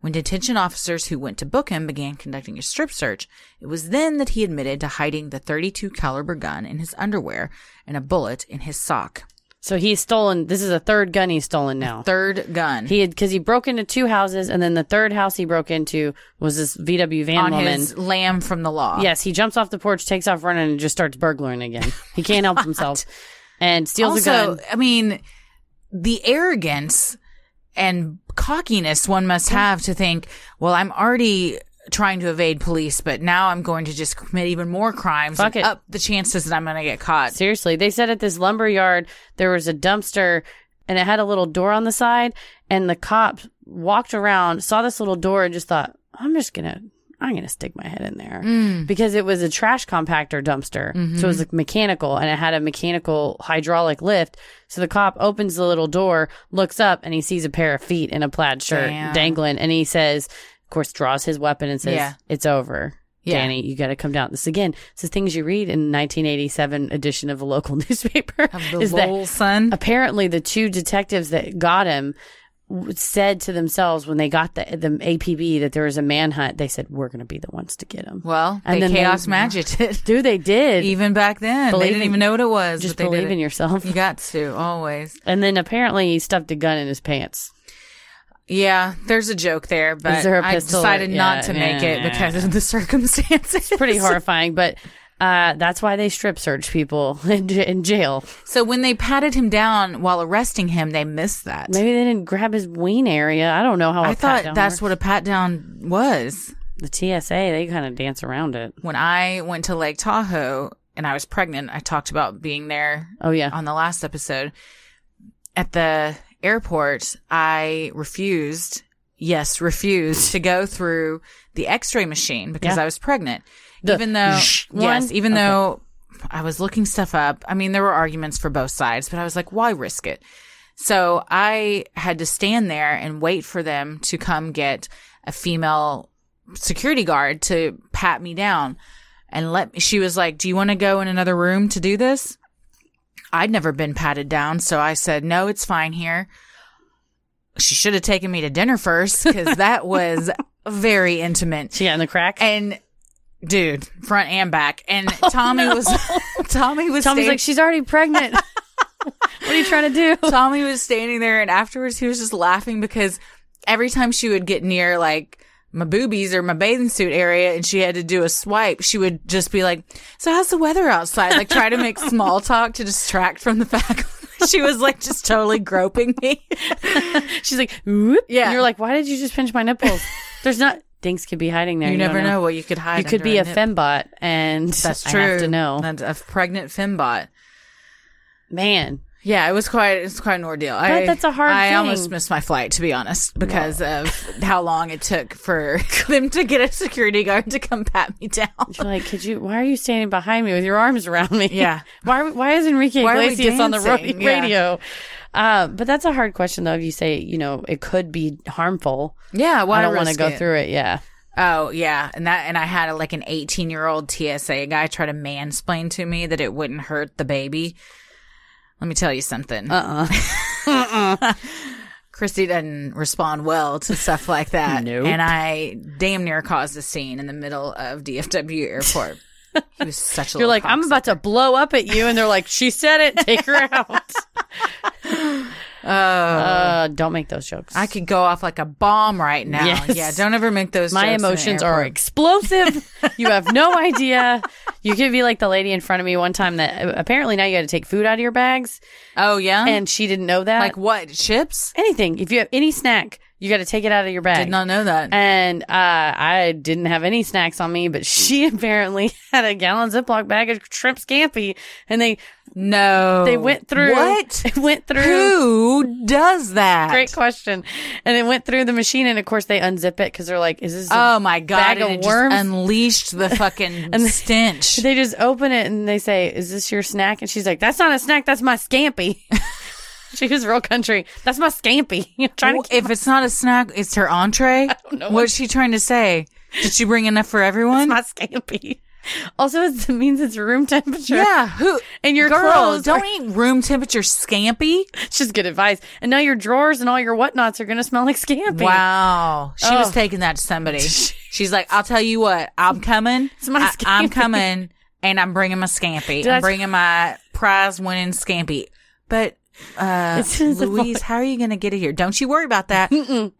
When detention officers who went to book him began conducting a strip search, it was then that he admitted to hiding the 32 caliber gun in his underwear and a bullet in his sock.
So he's stolen. This is the third gun he's stolen now.
Third gun.
He had because he broke into two houses, and then the third house he broke into was this VW van
on
woman.
his lamb from the law.
yes, he jumps off the porch, takes off running, and just starts burglaring again. He can't help himself, and steals
also,
a gun.
I mean, the arrogance and cockiness one must have to think, well, I'm already trying to evade police, but now I'm going to just commit even more crimes
Fuck
and
it.
up the chances that I'm going to get caught.
Seriously, they said at this lumber yard there was a dumpster, and it had a little door on the side, and the cop walked around, saw this little door, and just thought, I'm just gonna. I'm gonna stick my head in there
Mm.
because it was a trash compactor dumpster, so it
Mm-hmm.
was like mechanical, and it had a mechanical hydraulic lift. So the cop opens the little door, looks up, and he sees a pair of feet in a plaid shirt
Damn.
dangling, and he says, "Of course, draws his weapon and says,
Yeah.
it's over,
Yeah.
Danny. You got to come down." This again, it's the things you read in 1987 edition of a local newspaper.
Of the
is that
Lowell son.
apparently the two detectives that got him w- said to themselves when they got the the APB that there was a manhunt. They said, "We're going to be the ones to get him."
Well,
And
they
then they-
chaos magic it.
Dude, they did.
Even back then,
Believe
they didn't
in-
even know what it was.
just
but they did
believe
it.
in yourself.
You got to always.
and then apparently he stuffed a gun in his pants.
Yeah, there's a joke there, but
there a
I
pistol?
decided
Yeah,
not to make
yeah.
it because of the circumstances. It's
Pretty horrifying, but uh, that's why they strip search people in, j- in jail.
So when they patted him down while arresting him, they missed that.
Maybe they didn't grab his ween area. I don't know how.
I
a
thought
pat-down
that's
works.
what a pat down was.
the TSA. They kind of dance around it.
When I went to Lake Tahoe and I was pregnant, I talked about being there
Oh yeah.
on the last episode. At the airport, I refused, yes, refused to go through the x ray machine because
Yeah.
I was pregnant.
The
even though,
one?
yes, even
Okay.
though I was looking stuff up, I mean, there were arguments for both sides, but I was like, why risk it? So I had to stand there and wait for them to come get a female security guard to pat me down and let me, she was like, do you want to go in another room to do this? I'd never been patted down, so I said, "No, it's fine here." She should have taken me to dinner first because that was very intimate.
She got in the crack.
And dude, front and back, and Tommy was Tommy was
Oh, Tommy's
standing-
like, she's already pregnant. what are you trying to do?
Tommy was standing there, and afterwards he was just laughing because every time she would get near like my boobies or my bathing suit area and she had to do a swipe, she would just be like, So, how's the weather outside? Like, try to make small talk to distract from the fact she was like just totally groping me.
She's like, whoop.
Yeah.
And you're like, why did you just pinch my nipples? There's not things could be hiding there.
you,
don't
never know what you could hide.
You could
under
be a
nip.
fembot, and
That's
I
true.
have to know,
And a pregnant fembot.
man.
Yeah, it was quite it's quite an ordeal. But I,
that's a hard
I
thing.
almost missed my flight to be honest because of how long it took for them to get a security guard to come pat me down.
You're like, could you? Why are you standing behind me with your arms around me?
Yeah.
Why? are- Why is Enrique
Why are we
Iglesias on the ro-
dancing? Yeah.
radio? Uh, but that's a hard question, though. If you say, you know, it could be harmful.
Yeah, why
I don't
want to
go through it. Yeah.
Oh yeah, and that and I had a, like an 18 year old TSA guy try to mansplain to me that it wouldn't hurt the baby. Let me tell you something.
Uh. uh Uh-uh.
Christy doesn't respond well to stuff like that.
Nope.
And I damn near caused a scene in the middle of DFW airport. he was such a
You're
little
like, I'm about to blow up at you, and they're like, she said it. Take her out.
cocksucker. Oh.
Uh, don't make those jokes.
I could go off like a bomb right now.
Yes.
Yeah, don't ever make those.
My
jokes in the
emotions are
airport.
explosive. you have no idea. You could be like the lady in front of me one time that uh, apparently now you had to take food out of your bags,
Oh yeah,
and she didn't know that.
like what chips?
anything, if you have any snack, you got to take it out of your bag.
Did not know that.
and uh, I didn't have any snacks on me, but she apparently had a gallon Ziploc bag of shrimp scampi, and they
no,
they went through
Oh, what?
It went through.
Who does that?
Great question. And it went through the machine, and of course they unzip it because they're like, "Is this?" a
Oh my god!
bag
and
of
it just
worms?
unleashed the fucking
And they-
stench.
They just open it and they say, "Is this your snack?" And she's like, "That's not a snack. That's my scampi." she was real country. That's my scampi. You're trying
Well,
to.
if it's not a snack, it's her entree. What's she trying to say? Did she bring enough for
It's
everyone?
my scampi. Also, it's, it means it's room temperature.
Yeah, who
And your
girl,
clothes
Don't
are-
eat room temperature scampi.
It's just good advice. And now your drawers and all your whatnots are gonna smell like scampi.
Wow, she was
Oh.
taking that to somebody. She's like, "I'll tell you what, I'm coming.
It's my
I, am
scampi."
coming, and I'm bringing my scampi.
I-
I'm bringing my prize-winning scampi." But uh,
It's- it's a
Louise, how are you going to get it here? Don't you worry about that.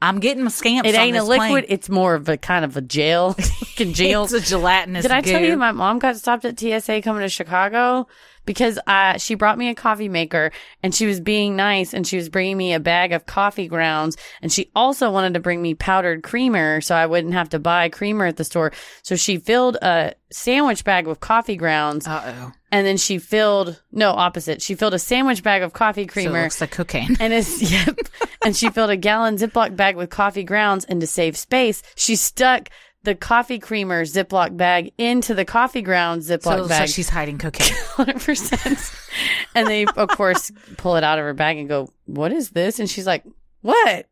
I'm getting my scampi.
It ain't a liquid.
Plane.
It's more of a kind of a gel. Fucking gel.
It's a gelatinous.
Did I tell
goo.
you my mom got stopped at TSA coming to Chicago because uh, she brought me a coffee maker and she was being nice and she was bringing me a bag of coffee grounds and she also wanted to bring me powdered creamer so I wouldn't have to buy creamer at the store. So she filled a sandwich bag with coffee grounds
Uh oh.
and then she filled no opposite. She filled a sandwich bag of coffee
So it
creamer.
looks like cocaine.
and it's yep. and she filled a gallon Ziploc bag with coffee grounds, and to save space, she stuck the coffee creamer Ziploc bag into the coffee grounds
So it
Ziploc
looks
bag.
like she's hiding cocaine.
100%. and they, of course, pull it out of her bag and go, "What is this?" And she's like, "What?" And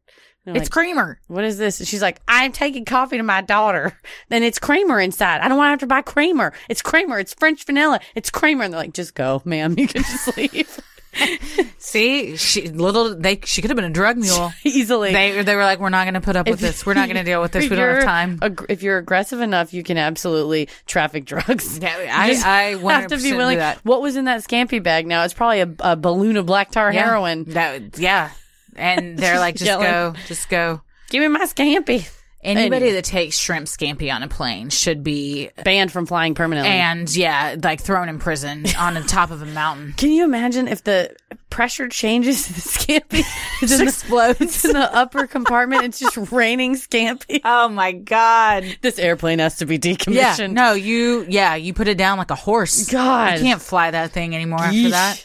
I'm
it's
like,
creamer.
what is this? And she's like, I'm taking coffee to my daughter. Then it's creamer inside. I don't want to have to buy creamer. It's creamer. It's French vanilla. It's creamer. And they're like, just go, ma'am. You can just leave
See, she little they she could have been a drug mule.
easily.
They they were like, we're not going to put up with this. We're not going to deal with this. We don't have
you're
time.
ag- if you're aggressive enough, you can absolutely traffic drugs.
Yeah,
You
I-
just
I 100% do that.
What was in that scampi bag? Now it's probably a, a balloon of black tar
Yeah.
heroin.
That yeah, and they're like, just
Yelling.
go, just go.
Give me my scampi.
Anybody
Anyway.
that takes shrimp scampi on a plane should be
Banned from flying permanently.
and yeah, like thrown in prison on the top of a mountain.
Can you imagine if the pressure changes to the scampi? It just
explodes.
It's in the upper compartment. It's just raining scampi.
Oh my god.
This airplane has to be
Yeah.
decommissioned.
No, you yeah, you put it down like a horse.
God.
You can't fly that thing anymore
Yeesh.
after that.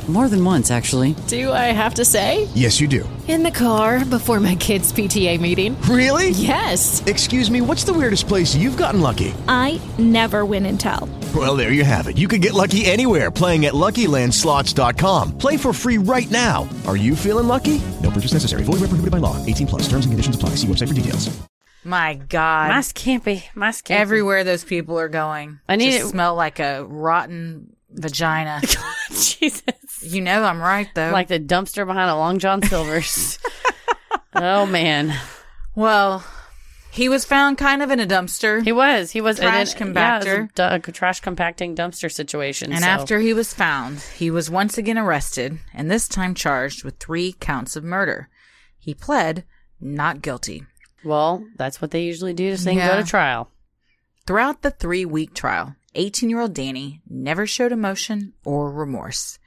More than once, actually.
Do I have to say?
Yes, you do.
In the car before my kids' PTA meeting.
Really?
Yes.
Excuse me, what's the weirdest place you've gotten lucky?
I never win and tell.
Well, there you have it. You can get lucky anywhere playing at LuckyLandSlots.com. Play for free right now. Are you feeling lucky? No purchase necessary. Void where prohibited by law. 18 plus. Terms and conditions apply. See website for details.
My god.
My scampi. My scampi.
Everywhere those people are going.
I need
Just
it-
smell like a rotten vagina.
Jesus.
you know I'm right though.
Like the dumpster behind a Long John Silver's. oh, man.
Well, he was found kind of in a dumpster.
He was. He was
Trash
and then- yeah, it was
compactor.
a du- a trash compacting dumpster situation.
and
so-
after he was found, he was once again arrested and this time charged with three counts of murder. He pled not guilty.
well, that's what they usually do to thing go
Yeah.
to trial.
Throughout the three week trial, 18 year old Danny never showed emotion or remorse.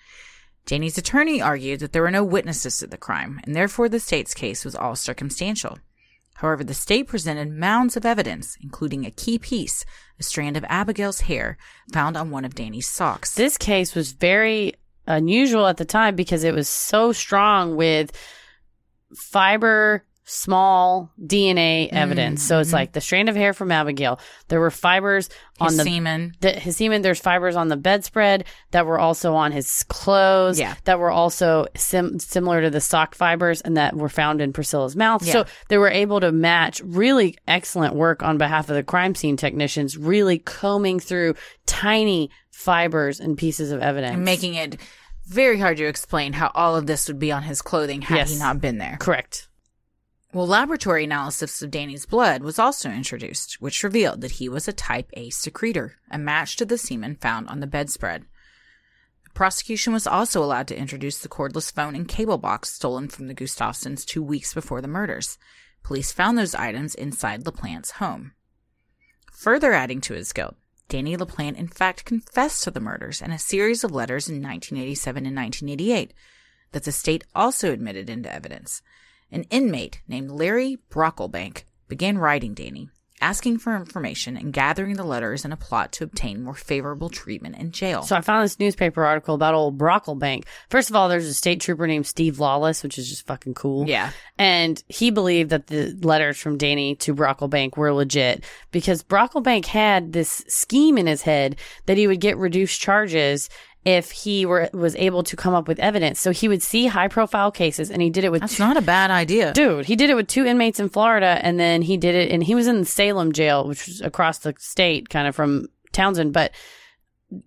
Janie's attorney argued that there were no witnesses to the crime, and therefore the state's case was all circumstantial. However, the state presented mounds of evidence, including a key piece, a strand of Abigail's hair found on one of Danny's socks.
This case was very unusual at the time because it was so strong with fiber, small DNA evidence.
Mm-hmm.
So it's like the strand of hair from Abigail. There were fibers on
His
the
semen.
the, his semen. There's fibers on the bedspread that were also on his clothes.
Yeah.
that were also sim- similar to the sock fibers and that were found in Priscilla's mouth. So
Yeah.
they were able to match. Really excellent work on behalf of the crime scene technicians. Really combing through tiny fibers and pieces of evidence
and making it very hard to explain how all of this would be on his clothing had
Yes.
he not been there.
correct.
Well, laboratory analysis of Danny's blood was also introduced, which revealed that he was a type A secretor, a match to the semen found on the bedspread. The prosecution was also allowed to introduce the cordless phone and cable box stolen from the Gustafsons two weeks before the murders. Police found those items inside LaPlante's home. Further adding to his guilt, Danny LaPlante in fact confessed to the murders in a series of letters in 1987 and 1988 that the state also admitted into evidence. An inmate named Larry Brocklebank began writing Danny, asking for information and gathering the letters in a plot to obtain more favorable treatment in jail.
So I found this newspaper article about old Brocklebank. First of all, there's a state trooper named Steve Lawless, which is just fucking cool.
Yeah.
And he believed that the letters from Danny to Brocklebank were legit because Brocklebank had this scheme in his head that he would get reduced charges if he were was able to come up with evidence. So he would see high profile cases and he did it with
That's
two-
not a bad idea.
Dude, he did it with two inmates in Florida, and then he did it, and he was in the Salem jail, which was across the state, kind of from Townsend, but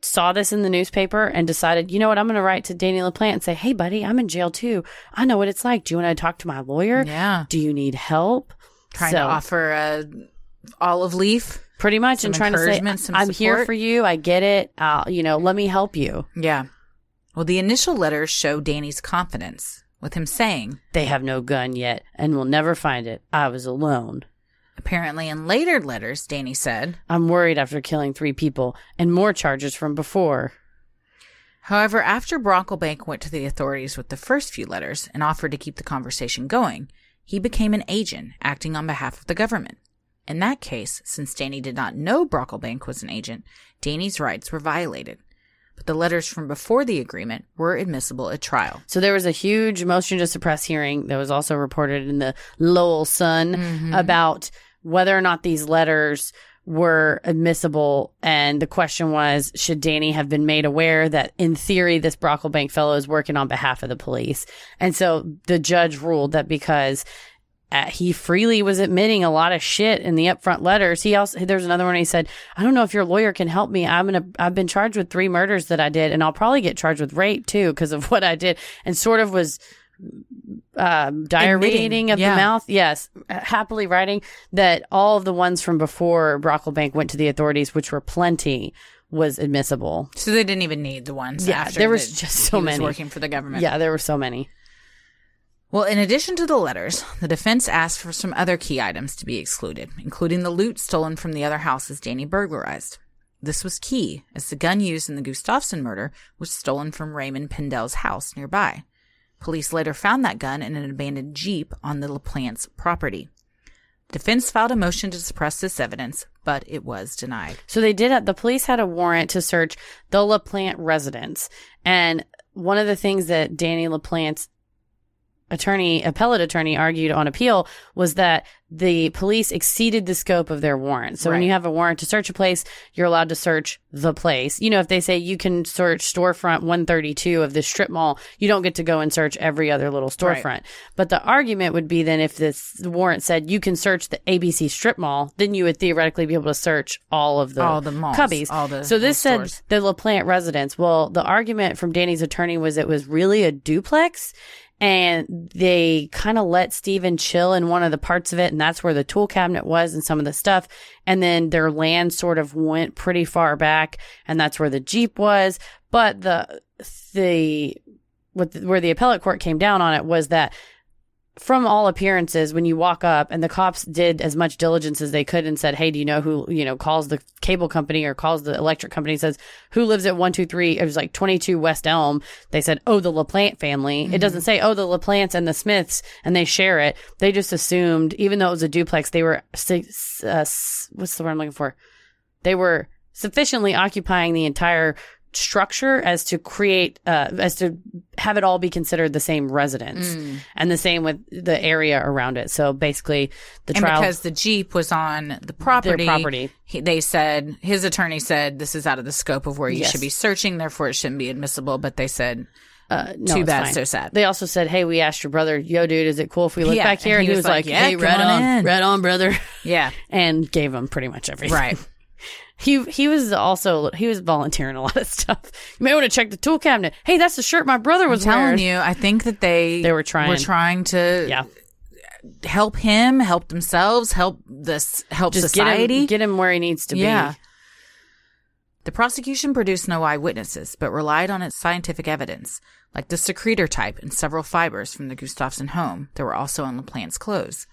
saw this in the newspaper and decided, you know what, I'm going to write to Danny LaPlante and say, hey, buddy, I'm in jail too. I know what it's like. Do you want to talk to my lawyer?
Yeah.
Do you need help?
Trying
So-
to offer a olive leaf.
pretty much and
some
trying to say, I'm
encouragement, some
here
support."
for you. I get it. I'll, you know, let me help you.
Yeah. Well, the initial letters show Danny's confidence, with him saying,
They have no gun yet and will never find it. I was alone.
apparently in later letters, Danny said,
I'm worried after killing three people and more charges from before.
However, after Brocklebank went to the authorities with the first few letters and offered to keep the conversation going, he became an agent acting on behalf of the government. In that case, since Danny did not know Brocklebank was an agent, Danny's rights were violated. But the letters from before the agreement were admissible at trial.
So there was a huge motion to suppress hearing that was also reported in the Lowell Sun about whether or not these letters were admissible. And the question was, should Danny have been made aware that in theory, this Brocklebank fellow is working on behalf of the police? And so the judge ruled that because uh, he freely was admitting a lot of shit in the upfront letters. He also there's another one he said, "I don't know if your lawyer can help me. I'm gonna I've been charged with three murders that I did, and I'll probably get charged with rape too because of what I did." And sort of was uh, diarrheating
Admitting,
of
yeah.
the mouth. Yes, happily writing that all of the ones from before Brocklebank went to the authorities, which were plenty, was admissible.
So they didn't even need the ones.
Yeah,
after
there was
that
just so
he was
many.
working for the government.
Yeah, there were so many.
Well, in addition to the letters, the defense asked for some other key items to be excluded, including the loot stolen from the other houses Danny burglarized. This was key, as the gun used in the Gustafson murder was stolen from Raymond Pendel's house nearby. Police later found that gun in an abandoned Jeep on the LaPlante's property. Defense filed a motion to suppress this evidence, but it was denied.
So they did. The police had a warrant to search the LaPlante residence, and one of the things that Danny LaPlante's attorney, appellate attorney, argued on appeal was that the police exceeded the scope of their warrant. So when
Right.
you have a warrant to search a place, you're allowed to search the place. You know, if they say you can search storefront 132 of this strip mall, you don't get to go and search every other little storefront. But the argument would be then if this warrant said you can search the ABC strip mall, then you would theoretically be able to search all of the
All the malls,
cubbies.
all the
so this
little
said
stores.
the LaPlante residence. Well, the argument from Danny's attorney was it was really a duplex. And they kind of let Steven chill in one of the parts of it. And that's where the tool cabinet was and some of the stuff. And then their land sort of went pretty far back. And that's where the Jeep was. But the, the, what the, where the appellate court came down on it was that from all appearances, when you walk up and the cops did as much diligence as they could and said, Hey, do you know who, you know, calls the cable company or calls the electric company and says, Who lives at 123? It was like 22 West Elm. They said, Oh, the LaPlante family. It doesn't say, Oh, the LaPlantes and the Smiths and they share it. They just assumed, even though it was a duplex, they were, six, uh, s- what's the word I'm looking for? They were sufficiently occupying the entire structure as to create uh, as to have it all be considered the same residence
Mm.
and the same with the area around it so basically the
and
trial
because the jeep was on the property,
property.
He, they said his attorney said this is out of the scope of where you
Yes.
should be searching, therefore it shouldn't be admissible. But they said
uh, no,
too
it's
bad,
fine.
so sad.
they also said hey we asked your brother yo dude is it cool if we look
Yeah,
back here and he, was, like,
"Yeah,
hey
come
right
on
on,
in."
right on brother
yeah,
and gave him pretty much everything
right.
He he was also he was volunteering a lot of stuff. You may want to check the tool cabinet. Hey, that's the shirt my brother
I'm
was
telling
wearing.
you, I think that they
They were trying.
were trying to
Yeah.
help him, help themselves, help this help
Just
society.
get him get him where he needs to
Yeah.
be.
The prosecution produced no eyewitnesses, but relied on its scientific evidence, like the secretor type and several fibers from the Gustafson home that were also on LaPlante's clothes.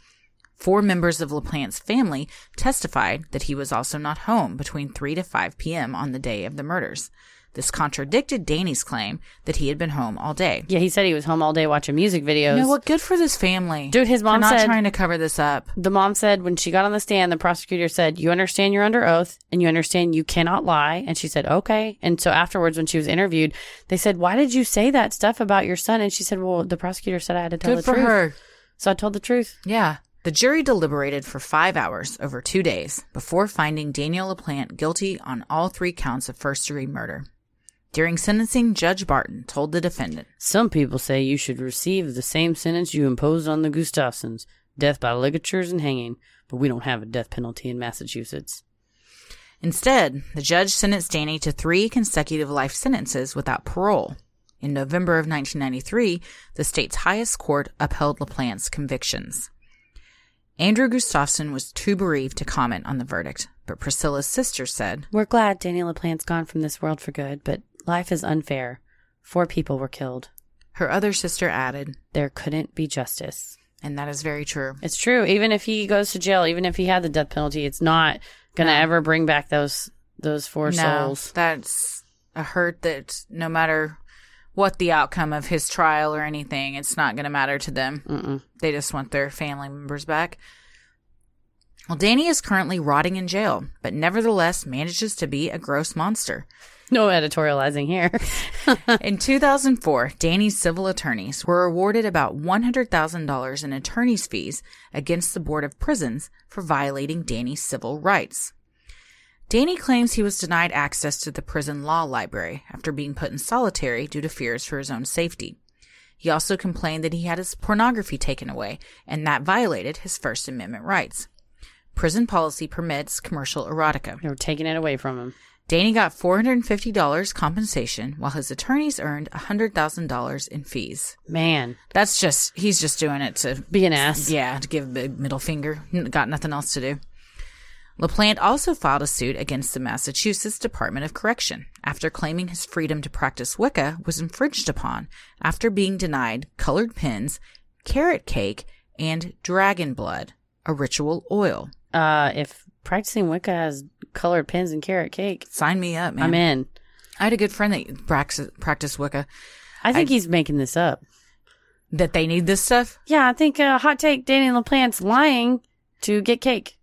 Four members of LaPlante's family testified that he was also not home between 3 to 5 p.m. on the day of the murders. This contradicted Danny's claim that he had been home all day.
Yeah, he said he was home all day watching music
You
videos.
know what? Good for this family.
Dude, his
for
mom
not
said-
trying to cover this up.
The mom said when she got on the stand, the prosecutor said, You understand you're under oath and you understand you cannot lie. And she said, Okay. And so afterwards, when she was interviewed, they said, Why did you say that stuff about your son? And she said, Well, the prosecutor said I had to tell
Good
the
for
truth.
her.
So I told the truth.
Yeah. The jury deliberated for five hours over two days before finding Daniel LaPlante guilty on all three counts of first degree murder. During sentencing, Judge Barton told the defendant,
Some people say you should receive the same sentence you imposed on the Gustafsons death by ligatures and hanging. But we don't have a death penalty in Massachusetts.
Instead, the judge sentenced Danny to three consecutive life sentences without parole. In November of 1993, the state's highest court upheld LaPlante's convictions. Andrew Gustafson was too bereaved to comment on the verdict, but Priscilla's sister said,
We're glad Daniel LaPlante's gone from this world for good, but life is unfair. Four people were killed.
her other sister added,
There couldn't be justice.
and that is very true.
It's true. Even if he goes to jail, even if he had the death penalty, it's not gonna
No.
ever bring back those those four souls.
That's a hurt that no matter what the outcome of his trial or anything, it's not going to matter to them.
Mm-mm.
They just want their family members back. Well, Danny is currently rotting in jail, but nevertheless manages to be a gross monster.
No editorializing here.
in 2004, Danny's civil attorneys were awarded about $100,000 in attorney's fees against the Board of Prisons for violating Danny's civil rights. Danny claims he was denied access to the prison law library after being put in solitary due to fears for his own safety. He also complained that he had his pornography taken away and that violated his First Amendment rights. Prison policy permits commercial erotica.
they were taking it away from him.
Danny got $450 compensation while his attorneys earned $100,000 in fees.
Man,
That's just, he's just doing it to,
be an ass.
yeah, to give a big middle finger. N- Got nothing else to do. LaPlante also filed a suit against the Massachusetts Department of Correction after claiming his freedom to practice Wicca was infringed upon after being denied colored pins, carrot cake, and dragon blood, a ritual oil.
Uh, if practicing Wicca has colored pins and carrot cake,
Sign me up, man.
I'm in.
I had a good friend that practiced, practiced Wicca.
I think
I-
he's making this up.
that they need this stuff?
Yeah, I think uh, hot take Danny LaPlante's lying to get cake.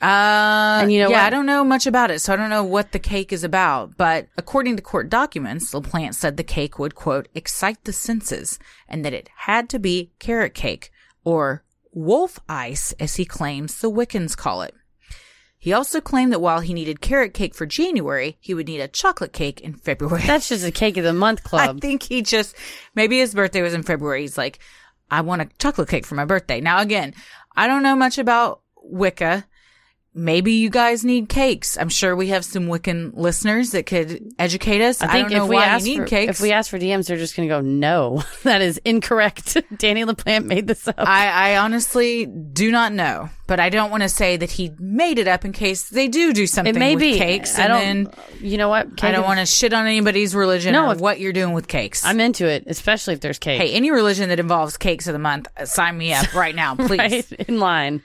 Uh,
And you know
yeah,
what?
I don't know much about it, so I don't know what the cake is about. But according to court documents, LaPlante said the cake would quote excite the senses, and that it had to be carrot cake or wolf ice, as he claims the Wiccans call it. He also claimed that while he needed carrot cake for January, he would need a chocolate cake in February.
That's just a cake of the month club.
I think he just maybe his birthday was in February. He's like, I want a chocolate cake for my birthday. Now again, I don't know much about Wicca, maybe you guys need cakes. I'm sure we have some Wiccan listeners that could educate us. I, don't know why you need
for,
cakes.
if we ask for DMs, they're just going to go, no, that is incorrect. Danny LaPlante made this up.
I, I honestly do not know, but I don't want to say that he made it up in case they do do something
it may
with
be
cakes.
I
and
don't.
then
you know what?
I don't
Kagan,
want to shit on anybody's religion
No,
or
if-
what you're doing with cakes.
I'm into it, especially if there's cake.
hey, any religion that involves cakes of the month, uh, sign me up right now, please.
Right? in line.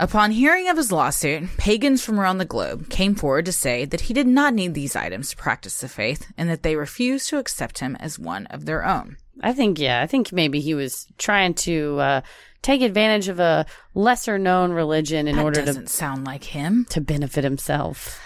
Upon hearing of his lawsuit, pagans from around the globe came forward to say that he did not need these items to practice the faith and that they refused to accept him as one of their own.
I think yeah. I think maybe he was trying to uh, take advantage of a lesser known religion in
that
order
doesn't
to
sound like him.
to benefit himself.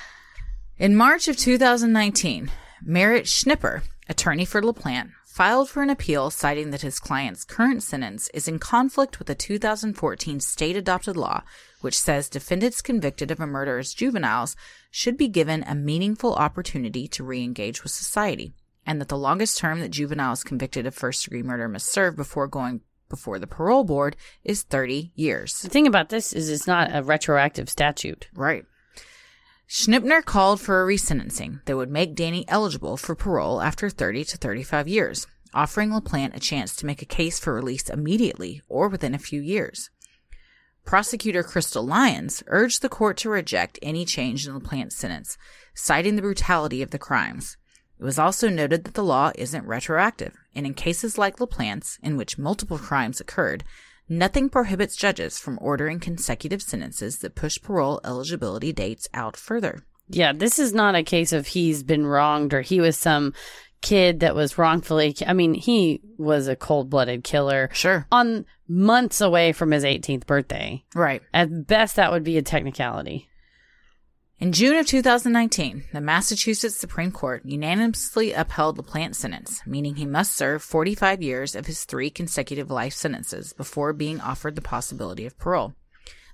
In March of 2019, Merritt Schnipper, attorney for LaPlante, filed for an appeal citing that his client's current sentence is in conflict with a 2014 state adopted law which says defendants convicted of a murder as juveniles should be given a meaningful opportunity to re-engage with society and that the longest term that juveniles convicted of first degree murder must serve before going before the parole board is 30 years.
The thing about this is it's not a retroactive statute.
Right. Schnipner called for a resentencing that would make Danny eligible for parole after 30 to 35 years, offering LaPlante a chance to make a case for release immediately or within a few years. Prosecutor Crystal Lyons urged the court to reject any change in LaPlante's sentence, citing the brutality of the crimes. It was also noted that the law isn't retroactive, and in cases like LaPlante's, in which multiple crimes occurred, nothing prohibits judges from ordering consecutive sentences that push parole eligibility dates out further.
Yeah, this is not a case of he's been wronged or he was some kid that was wrongfully. I mean, he was a cold blooded killer.
Sure.
On months away from his 18th birthday.
Right.
At best, that would be a technicality.
In June of 2019, the Massachusetts Supreme Court unanimously upheld LaPlante's sentence, meaning he must serve 45 years of his three consecutive life sentences before being offered the possibility of parole.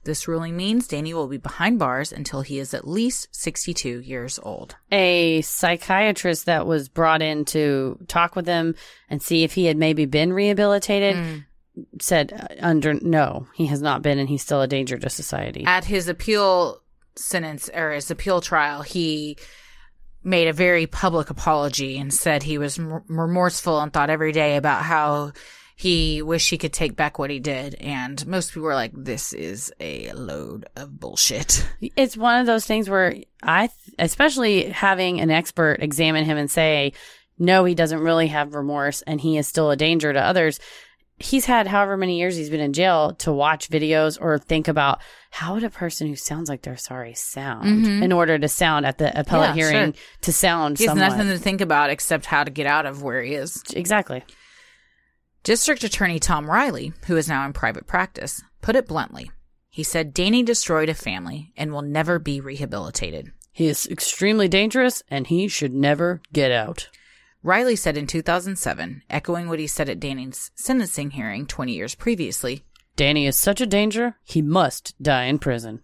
This ruling means Danny will be behind bars until he is at least 62 years old.
A psychiatrist that was brought in to talk with him and see if he had maybe been rehabilitated said, uh, under no, he has not been, and he's still a danger to society.
At his appeal sentence or his appeal trial, he made a very public apology and said he was m- remorseful and thought every day about how he wished he could take back what he did. And most people were like, this is a load of bullshit.
It's one of those things where I, especially having an expert examine him and say, no, he doesn't really have remorse and he is still a danger to others. He's had however many years he's been in jail to watch videos or think about how would a person who sounds like they're sorry sound in order to sound at the appellate
Mm-hmm. Yeah,
hearing
sure.
to sound
He has
somewhat.
nothing to think about except how to get out of where he is.
exactly.
District Attorney Tom Riley, who is now in private practice, put it bluntly. He said Danny destroyed a family and will never be rehabilitated.
He is extremely dangerous and he should never get out.
Riley said in 2007, echoing what he said at Danny's sentencing hearing 20 years previously,
Danny is such a danger, he must die in prison.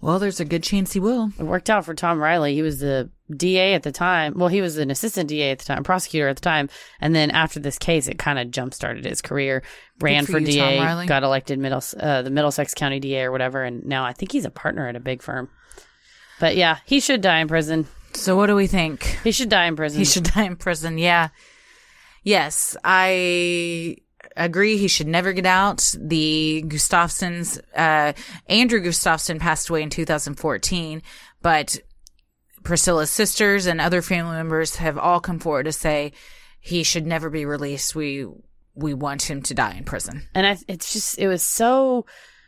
Well, there's a good chance he will.
It worked out for Tom Riley. He was the DA at the time. Well, he was an assistant DA at the time, prosecutor at the time. And then after this case, it kind of jump started his career. Ran
for
for,
you, Tom
DA,
Riley.
got elected middle uh, the Middlesex County DA or whatever, and now I think he's a partner at a big firm. But yeah, he should die in prison.
So, what do we think?
He should die in prison.
He should die in prison. Yeah. Yes, I agree. He should never get out. The Gustafsons, uh, Andrew Gustafson passed away in 2014, but Priscilla's sisters and other family members have all come forward to say he should never be released. We, we want him to die in prison.
And I, it's just, it was so.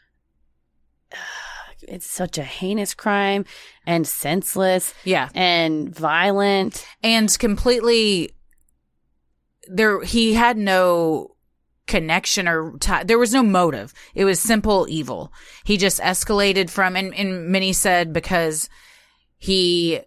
It's such a heinous crime and senseless
Yeah.
and violent.
and completely there he had no connection or tie there was no motive it was simple evil he just escalated from and, and many said because he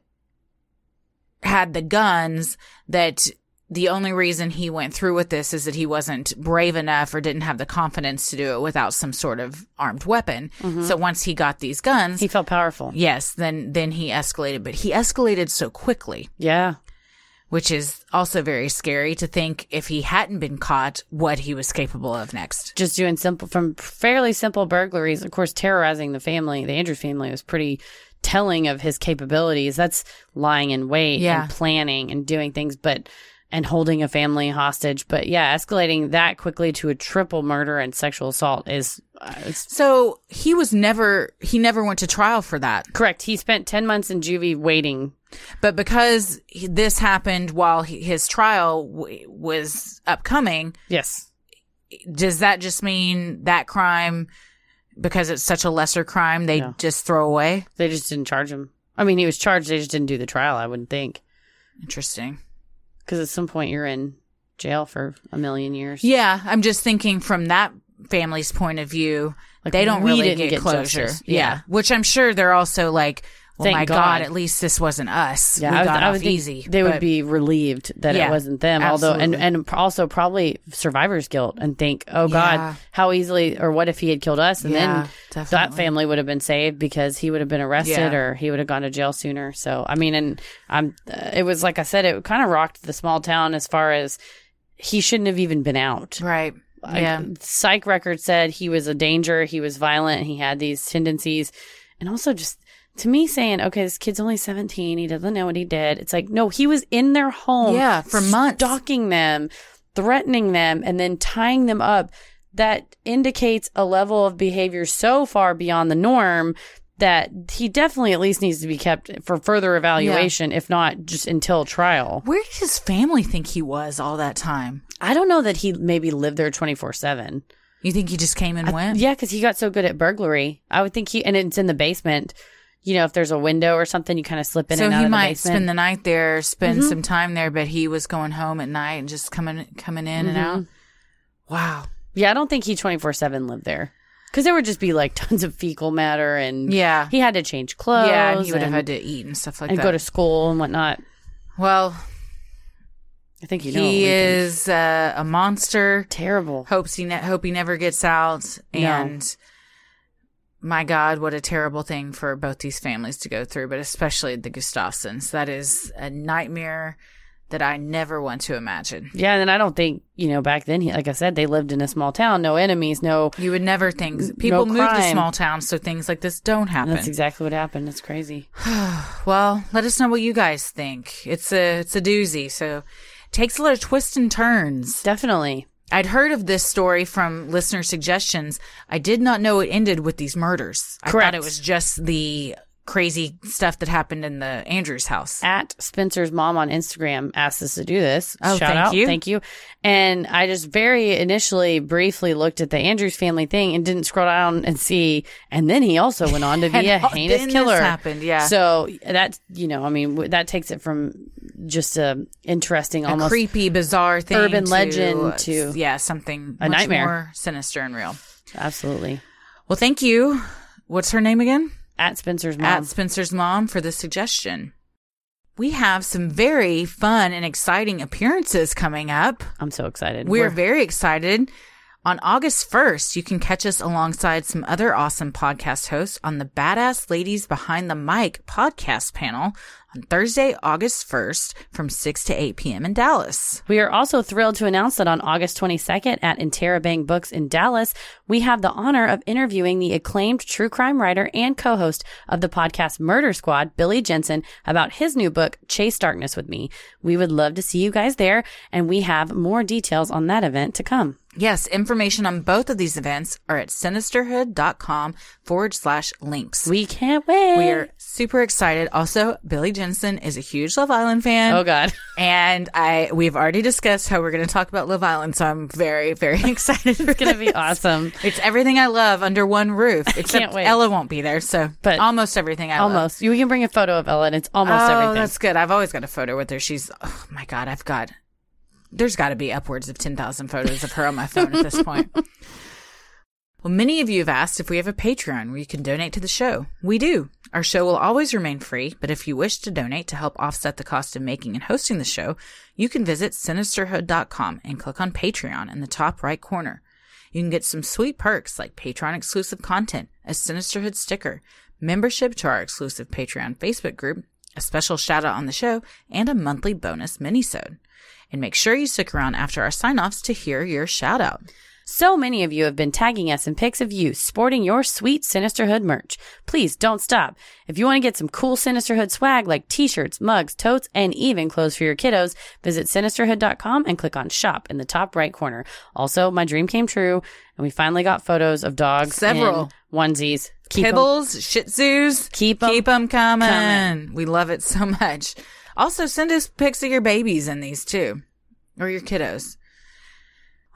had the guns that the only reason he went through with this is that he wasn't brave enough or didn't have the confidence to do it without some sort of armed weapon so once he got these guns
He felt powerful.
yes then then he escalated but he escalated so quickly
Yeah.
which is also very scary to think if he hadn't been caught, what he was capable of next.
Just doing simple, from fairly simple burglaries, of course, terrorizing the family. The Andrews family was pretty telling of his capabilities. That's lying in wait
Yeah.
and planning and doing things, but and holding a family hostage. But yeah, escalating that quickly to a triple murder and sexual assault is uh, it's
So he was never, he never went to trial for that.
correct. He spent ten months in juvie waiting.
But because he- this happened while he, his trial w- was upcoming,
Yes.
does that just mean that crime, because it's such a lesser crime, they
No.
just throw away?
They just didn't charge him. I mean, he was charged. They just didn't do the trial. I wouldn't think
Interesting.
because at some point you're in jail for a million years.
Yeah, I'm just thinking from that family's point of view,
Like,
they don't
we
really
didn't
get,
get
closure.
justice.
Yeah.
Yeah.
which I'm sure they're also like, well,
Thank
my God.
God.
at least this wasn't us. we
I would-
got
I
off
would think
easy.
They would
But-
be relieved that
Yeah,
it wasn't them. Although, and
absolutely.
and also probably survivor's guilt and think, oh God,
Yeah.
how easily or what if he had killed us, and
Yeah,
then that
definitely.
family would have been saved because he would have been arrested
Yeah.
or he would have gone to jail sooner. So I mean, and I'm, uh, it was like I said, it kind of rocked the small town as far as he shouldn't have even been out.
right.
Like,
yeah,
Psych record said he was a danger. He was violent. He had these tendencies. And also, just to me, saying, okay, this kid's only 17. He doesn't know what he did. It's like, no, he was in their home.
Yeah, for months.
Stalking them, threatening them, and then tying them up. That indicates a level of behavior so far beyond the norm that he definitely at least needs to be kept for further evaluation, if not just until trial.
where did his family think he was all that time?
I don't know that he maybe lived there 24 7.
You think he just came and
I-
went?
Yeah, because he got so good at burglary. I would think he, and it's in the basement. You know, if there's a window or something, you kind of slip in
so
and out
he
of
might
the basement. Mm-hmm.
spend the night there, spend some time there, but he was going home at night and just coming coming in and out.
Mm-hmm.
Wow.
yeah, I don't think he 24 7 lived there. Because there would just be like tons of fecal matter and
Yeah.
he had to change clothes.
yeah, and he would have
and-
had to eat and stuff like
and
that.
go to school and whatnot.
well,
I think you know. what we
he
think.
is uh, a monster.
terrible.
Hopes he ne- hope he never gets out.
No.
And my God, what a terrible thing for both these families to go through, but especially the Gustafsons. That is a nightmare that I never want to imagine.
Yeah, and then I don't think you know back then. He, like I said, they lived in a small town, no enemies, no.
You would never think people move to
crime.
small towns, so things like this don't
And
happen.
that's exactly what happened. It's crazy.
Well, let us know what you guys think. It's a it's a doozy. So takes a lot of twists and turns.
Definitely.
I'd heard of this story from listener suggestions. I did not know it ended with these murders. I thought
Correct.
it was just the crazy stuff that happened in the Andrews house.
at Spencer's mom on Instagram asked us to do this.
Oh,
Shout
thank
out.
you.
Thank you. And I just very initially briefly looked at the Andrews family thing and didn't scroll down and see. And then he also went on to
And
be a
all-
heinous
then this
killer.
happened, yeah.
So that's, you know, I mean, w- that takes it from just a interesting,
a
almost
creepy, bizarre thing.
urban
to-
legend to-
yeah, something
A
much
nightmare.
more sinister and real.
absolutely
Well, thank you. What's her name again?
at Spencer's mom.
at Spencer's mom for the suggestion. We have some very fun and exciting appearances coming up.
I'm so excited.
We're very excited. On August 1st, you can catch us alongside some other awesome podcast hosts on the Badass Ladies Behind the Mic podcast panel on Thursday, August 1st from 6 to 8 p.m. in Dallas.
We are also thrilled to announce that on August 22nd at Interrobang Books in Dallas, we have the honor of interviewing the acclaimed true crime writer and co-host of the podcast Murder Squad, Billy Jensen, about his new book, Chase Darkness with Me. We would love to see you guys there, and we have more details on that event to come.
Yes, information on both of these events are at sinisterhood.com forward slash links.
We can't wait.
We are super excited. Also, Billy Jensen is a huge Love Island fan.
Oh God.
And I we've already discussed how we're going to talk about Love Island, so I'm very very excited.
It's gonna be awesome.
It's everything I love under one roof. Except
wait.
Ella won't be there, so
But-
almost everything I love.
Almost. You can bring a photo of Ellen. It's almost
oh,
everything.
that's good. I've always got a photo with her. She's oh my god, I've got there's got to be upwards of 10,000 photos of her on my phone at this point. Well, many of you have asked if we have a Patreon where you can donate to the show. We do. Our show will always remain free, but if you wish to donate to help offset the cost of making and hosting the show, you can visit sinisterhood.com and click on Patreon in the top right corner. You can get some sweet perks like Patreon exclusive content, a Sinisterhood sticker, membership to our exclusive Patreon Facebook group, a a special shout out on the show, and a monthly bonus minisode. And make sure you stick around after our sign offs to hear your shout out.
So many of you have been tagging us in pics of you sporting your sweet Sinisterhood merch. Please don't stop. If you want to get some cool Sinisterhood swag like t-shirts, mugs, totes, and even clothes for your kiddos, visit sinisterhood.com and click on shop in the top right corner. Also, my dream came true and we finally got photos of dogs.
Several.
in onesies. Keep 'em-
Kibbles, Shih Tzus,
Keep 'em
keep 'em coming.
coming.
We love it so much. Also, send us pics of your babies in these too, or your kiddos.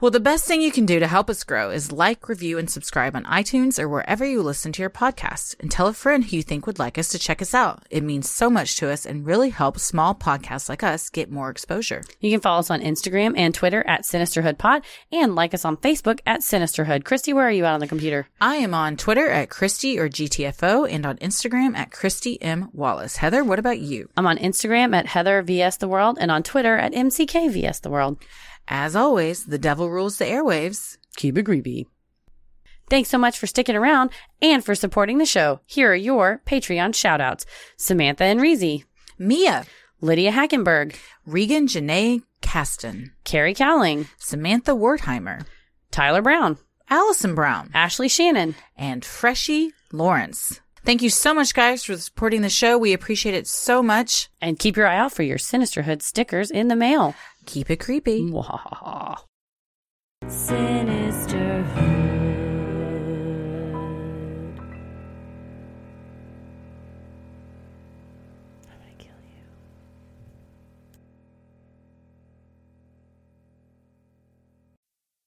Well, the best thing you can do to help us grow is like, review, and subscribe on iTunes or wherever you listen to your podcasts, and tell a friend who you think would like us to check us out. It means so much to us and really helps small podcasts like us get more exposure.
You can follow us on Instagram and Twitter at Sinisterhood Pod and like us on Facebook at Sinisterhood. Christy, where are you at on the computer?
I am on Twitter at Christy or GTFO and on Instagram at Christy M. Wallace. Heather, what about you?
I'm on Instagram at Heather VS The World and on Twitter at MCK VS The World.
As always, the devil rules the airwaves.
Keep it creepy. Thanks so much for sticking around and for supporting the show. Here are your Patreon shoutouts. Samantha Enrizi,
Mia,
Lydia Hackenberg,
Regan Janae Caston,
Carrie Cowling,
Samantha Wertheimer,
Tyler Brown,
Allison Brown,
Ashley Shannon,
and Freshie Lawrence. Thank you so much, guys, for supporting the show. We appreciate it so much.
and keep your eye out for your Sinisterhood stickers in the mail.
Keep it creepy.
Mwahaha.
Sinisterhood. I'm gonna kill you.